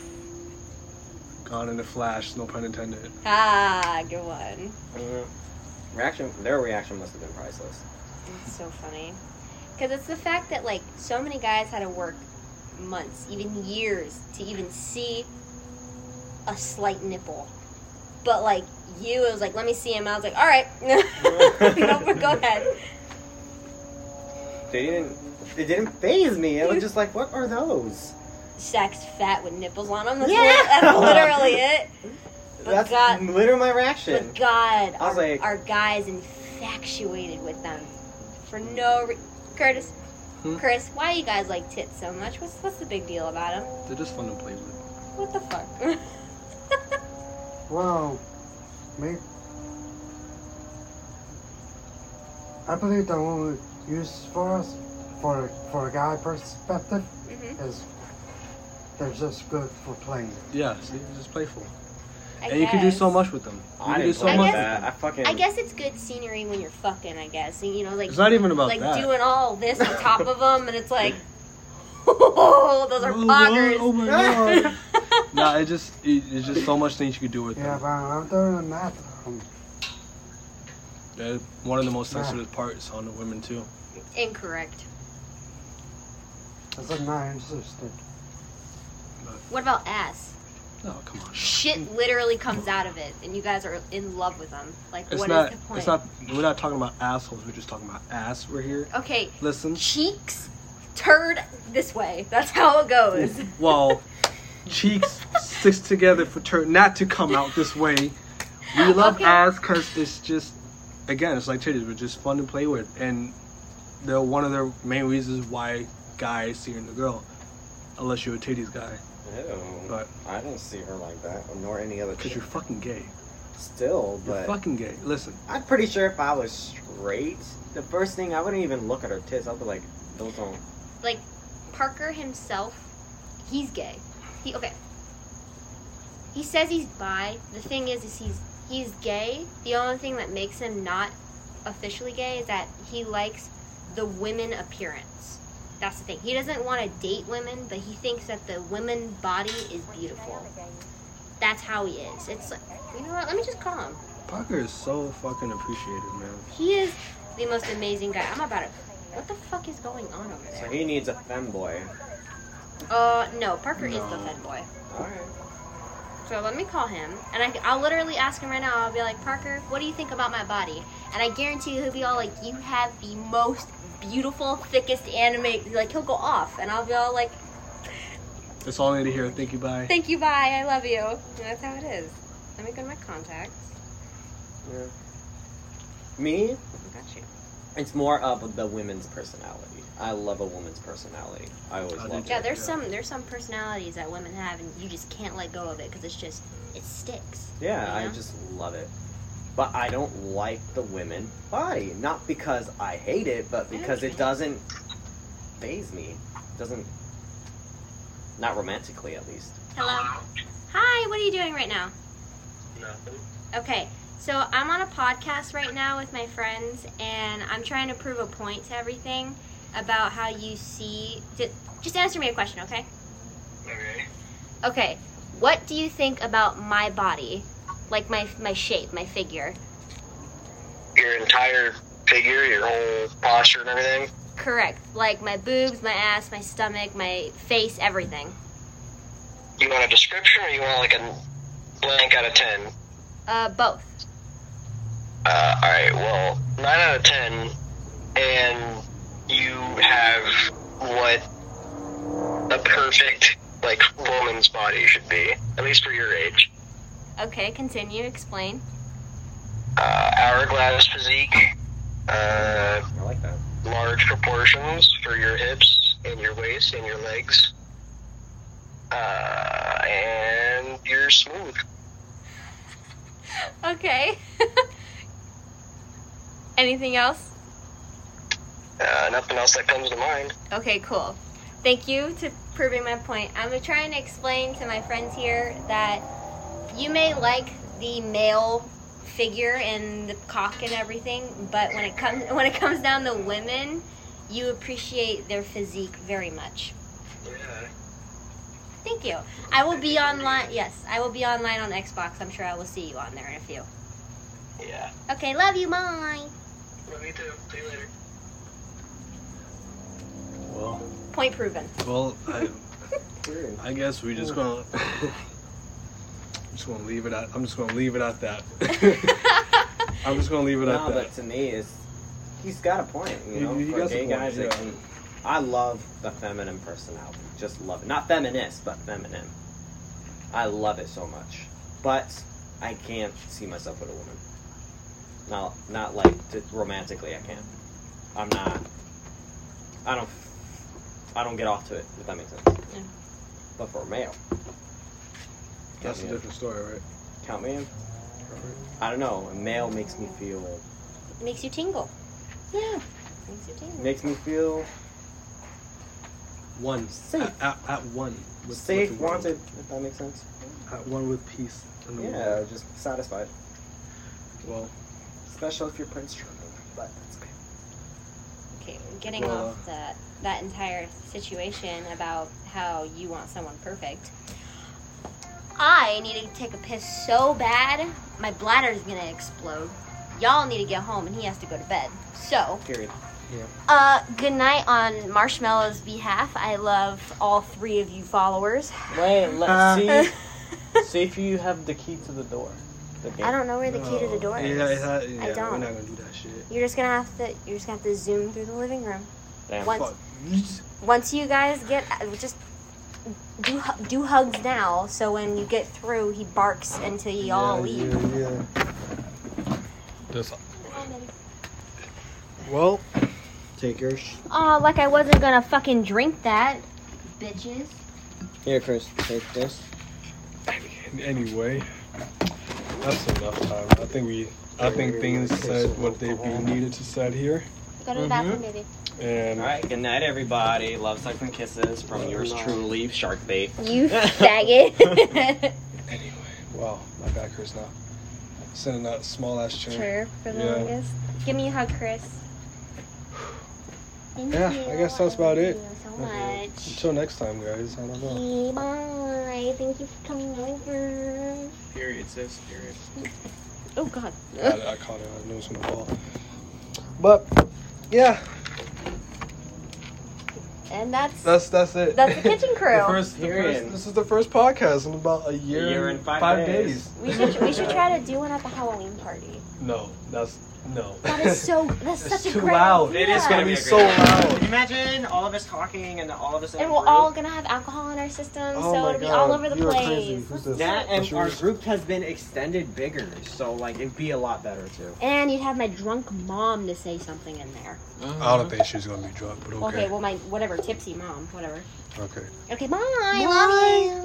S1: Gone in a flash, no pun intended.
S6: Ah, good one.
S2: Mhm. Reaction. Their reaction must have been priceless.
S6: That's so funny. Because it's the fact that like so many guys had to work months, even years, to even see a slight nipple. But like you, it
S7: *laughs*
S6: was *laughs* like, let me see him. I was like, all right, nope, go ahead.
S7: They didn't. They didn't phase me. I was just like, what are those?
S6: Sex fat with nipples on them. That's,
S7: Yeah.
S6: li- that's literally it. But
S7: That's
S6: God-
S7: literally my reaction.
S6: But God,
S7: I was
S6: our,
S7: like-
S6: our guys infatuated with them for no re- Curtis.
S1: Hmm?
S6: Chris, why you guys like tits so much? What's what's the big deal about them?
S1: They're just fun to play with.
S6: What the fuck? *laughs*
S3: Well, me. I believe the only use for us, for for a guy perspective,
S6: Mhm.
S3: is they're just good for playing.
S1: Yeah, see, it's just playful.
S6: I
S1: and you can do
S6: guess.
S1: so much with them.
S7: I
S1: You can do
S7: didn't
S1: so
S7: play
S6: I guess-
S1: much with
S7: that.
S1: them.
S7: I fucking.
S6: I guess it's good scenery when you're fucking. I guess you know, like
S1: It's not even about
S6: like
S1: that.
S6: doing all this on top of them, and it's like, *laughs* oh, those are
S1: Oh,
S6: poggers. *laughs*
S1: oh my God. no, it just it, it's just so much things you could do with
S3: Yeah,
S1: them.
S3: but I'm doing the math. Um,
S1: They're one of the most
S3: Yeah.
S1: sensitive parts on the women too.
S6: Incorrect.
S3: I said not interested.
S6: What about ass?
S1: Oh come on.
S6: Shit literally comes out of it, and you guys are in love with them. Like, what
S1: It's
S6: is
S1: not.
S6: the point?
S1: It's not. We're not talking about assholes. We're just talking about ass. We're here.
S6: Okay,
S1: Listen.
S6: cheeks turd this way. That's how it goes.
S1: Well, cheeks sticks together for turn not to come out this way. We love
S6: Okay.
S1: ass because it's just again, it's like titties. We're just fun to play with, and they're one of the main reasons why guys see in the girl, unless you're a titties guy,
S7: Ew.
S1: But-
S7: I don't see her like that, nor any other.
S1: because
S7: chick.
S1: you're fucking gay.
S7: still,
S1: You're
S7: but
S1: fucking gay. Listen,
S7: I'm pretty sure if I was straight, the first thing I wouldn't even look at her tits. I'd be like, those don't.
S6: like Parker himself, he's gay. He okay. He says he's bi. The thing is, is he's he's gay. The only thing that makes him not officially gay is that he likes the women appearance. That's the thing. He doesn't want to date women, but he thinks that the women body is beautiful. That's how he is. It's like, you know what? Let me just call him.
S1: Parker is so fucking appreciated, man.
S6: He is the most amazing guy. I'm about it. What the fuck is going on over
S7: So
S6: there?
S7: he needs a femboy.
S6: Uh, no. Parker is the
S1: No.
S6: fed boy.
S7: All right.
S6: So let me call him, and I, I'll literally ask him right now. I'll be like, Parker, what do you think about my body? And I guarantee you, he'll be all like, you have the most beautiful, thickest anime. Like he'll go off, and I'll be all like,
S1: That's all I need to hear. Thank you, bye.
S6: thank you, bye, I love you. And that's how it is. Let me go to my contacts.
S7: Me,
S6: I got you.
S7: it's more of the women's personality. I love a woman's personality. I always
S1: I do
S7: love.
S1: too.
S6: Yeah, there's
S1: Yeah.
S6: some there's some personalities that women have, and you just can't let go of it because it's just it sticks.
S7: Yeah, I
S6: Yeah.
S7: just love it. But I don't like the women body. Not because I hate it, but because it doesn't phase me. Doesn't not romantically at least.
S6: Hello. Hi. What are you doing right now?
S1: Nothing.
S6: Okay, so I'm on a podcast right now with my friends, and I'm trying to prove a point to everything about how you see. ju- Just answer me a question, okay?
S1: Okay.
S6: Okay, what do you think about my body, like my my shape, my figure?
S8: your entire figure, your whole posture and everything.
S6: Correct, like my boobs, my ass, my stomach, my face, everything.
S8: You want a description or you want like a blank out of 10?
S6: Uh, both.
S8: Uh, alright, well, 9 out of 10, and you have what a perfect, like, woman's body should be, at least for your age.
S6: Okay, continue. Explain.
S8: Uh, hourglass physique, uh,
S7: I like that.
S8: large proportions for your hips and your waist and your legs. Uh, and you're smooth.
S6: Okay. *laughs* Anything else?
S8: Uh, nothing else that comes to mind.
S6: Okay, cool. Thank you to proving my point. I'm trying to explain to my friends here that you may like the male figure and the cock and everything, but when it comes *laughs* when it comes down to women, you appreciate their physique very much.
S8: Yeah.
S6: Thank you. I will be online. Yes, I will be online on Xbox. I'm sure I will see you on there in a few.
S8: Yeah.
S6: Okay, love you, bye. *laughs*
S8: Love you too. See you later.
S1: Well,
S6: Point proven.
S1: well, I,
S7: Weird.
S1: I guess we just *laughs* gonna just gonna leave it *laughs* at. I'm just gonna leave it at that. I'm just gonna leave it
S7: No,
S1: at that.
S7: but to me, it's
S2: he's got a point. You
S1: He-
S2: know,
S1: he
S2: for
S1: got
S2: gay
S1: some
S2: guys,
S1: point,
S2: it
S1: yeah.
S2: can- I love the feminine personality. Just love it. Not feminist, but feminine. I love it so much. But I can't see myself with a woman. Not not like to, romantically. I can't. I'm not. I don't. I don't get off to it. If that makes sense.
S6: Yeah.
S2: But for a male,
S1: That's a
S2: Yeah.
S1: different story, right?
S2: count me in. I don't know. A male makes me feel.
S6: It makes you tingle.
S2: Yeah.
S6: Makes you tingle.
S2: Makes me feel
S1: One.
S2: Safe.
S1: At, at, at one. With,
S2: safe,
S1: with the world.
S2: wanted. If that makes sense.
S1: At one with peace. In the
S2: Yeah,
S1: world.
S2: just satisfied.
S1: Well,
S2: Special if you're Prince Charming, but that's okay.
S6: Okay, getting
S1: Well,
S6: off that that entire situation about how you want someone perfect. I need to take a piss so bad, my bladder's gonna explode. Y'all need to get home, and he has to go to bed. So,
S2: Period.
S6: uh, good night on Marshmallow's behalf. I love all three of you followers. *laughs*
S2: Wait,
S1: Uh,
S2: let's
S6: I
S2: see. see if you have the key to the door. The gate.
S6: don't know where the key to the door
S1: Oh, uh, yeah,
S6: is.
S1: Yeah, yeah,
S6: I
S1: We're
S6: don't.
S1: not gonna do that shit.
S6: You're just gonna have to. You're just gonna have to zoom through the living room.
S2: Damn.
S6: Once
S1: Fuck. You just-
S6: once you guys get uh, just do hu- do hugs now so when you get through he barks until you all
S1: yeah,
S6: leave
S1: Yeah, yeah. Well,
S2: Take your sh-
S6: oh like i wasn't gonna fucking drink that bitches
S2: Here, Chris. Take this.
S1: anyway, that's enough time. I think we, I think things said what they be needed to said here,
S9: Go to the
S2: Mm-hmm.
S9: bathroom, baby.
S1: and
S2: All right. Good night, everybody. Love, sucks, and kisses from yours truly, Shark Bait.
S6: you faggot
S1: anyway, wow, my back hurts now. Sending that small ass chair.
S9: Chair for the
S1: Yeah.
S9: longest. Give me a hug, Chris.
S6: Thank
S1: Yeah, I guess that's about it.
S6: you so
S1: Okay.
S6: much
S1: Until next time, guys. I don't know.
S6: Okay, bye thank you for coming over
S2: Period, sis. Period.
S6: oh god
S1: I, I caught it. I knew it was gonna fall. But yeah,
S6: and that's
S1: that's that's it.
S6: That's the kitchen
S2: *laughs*
S6: crew.
S1: The first, the
S2: Period.
S1: first- this is the first podcast in about a year,
S2: A year and five days.
S6: we should we should try to do one at the halloween party
S1: *laughs* No, that's no.
S6: that is so that's
S1: It's
S6: such a
S1: too
S6: great
S1: loud.
S2: Oh, It
S6: idea.
S2: is gonna
S1: That'd be
S2: be a
S1: so
S2: great-
S1: loud.
S2: Imagine all of us talking and all of us. in
S6: and
S2: a
S6: we're
S2: group.
S6: all gonna have alcohol in our system,
S1: Oh
S6: so
S1: my
S6: it'll be
S1: God,
S6: all over the
S1: you are
S6: place.
S1: crazy. Who's this?
S2: That
S1: That's
S2: and our
S1: yours.
S2: group has been extended bigger, so like it'd be a lot better too.
S6: And you'd have my drunk mom to say something in there.
S1: I don't think she's gonna be drunk, but
S6: Okay, well, my whatever, tipsy mom, whatever.
S1: okay.
S6: Okay, bye. I love you.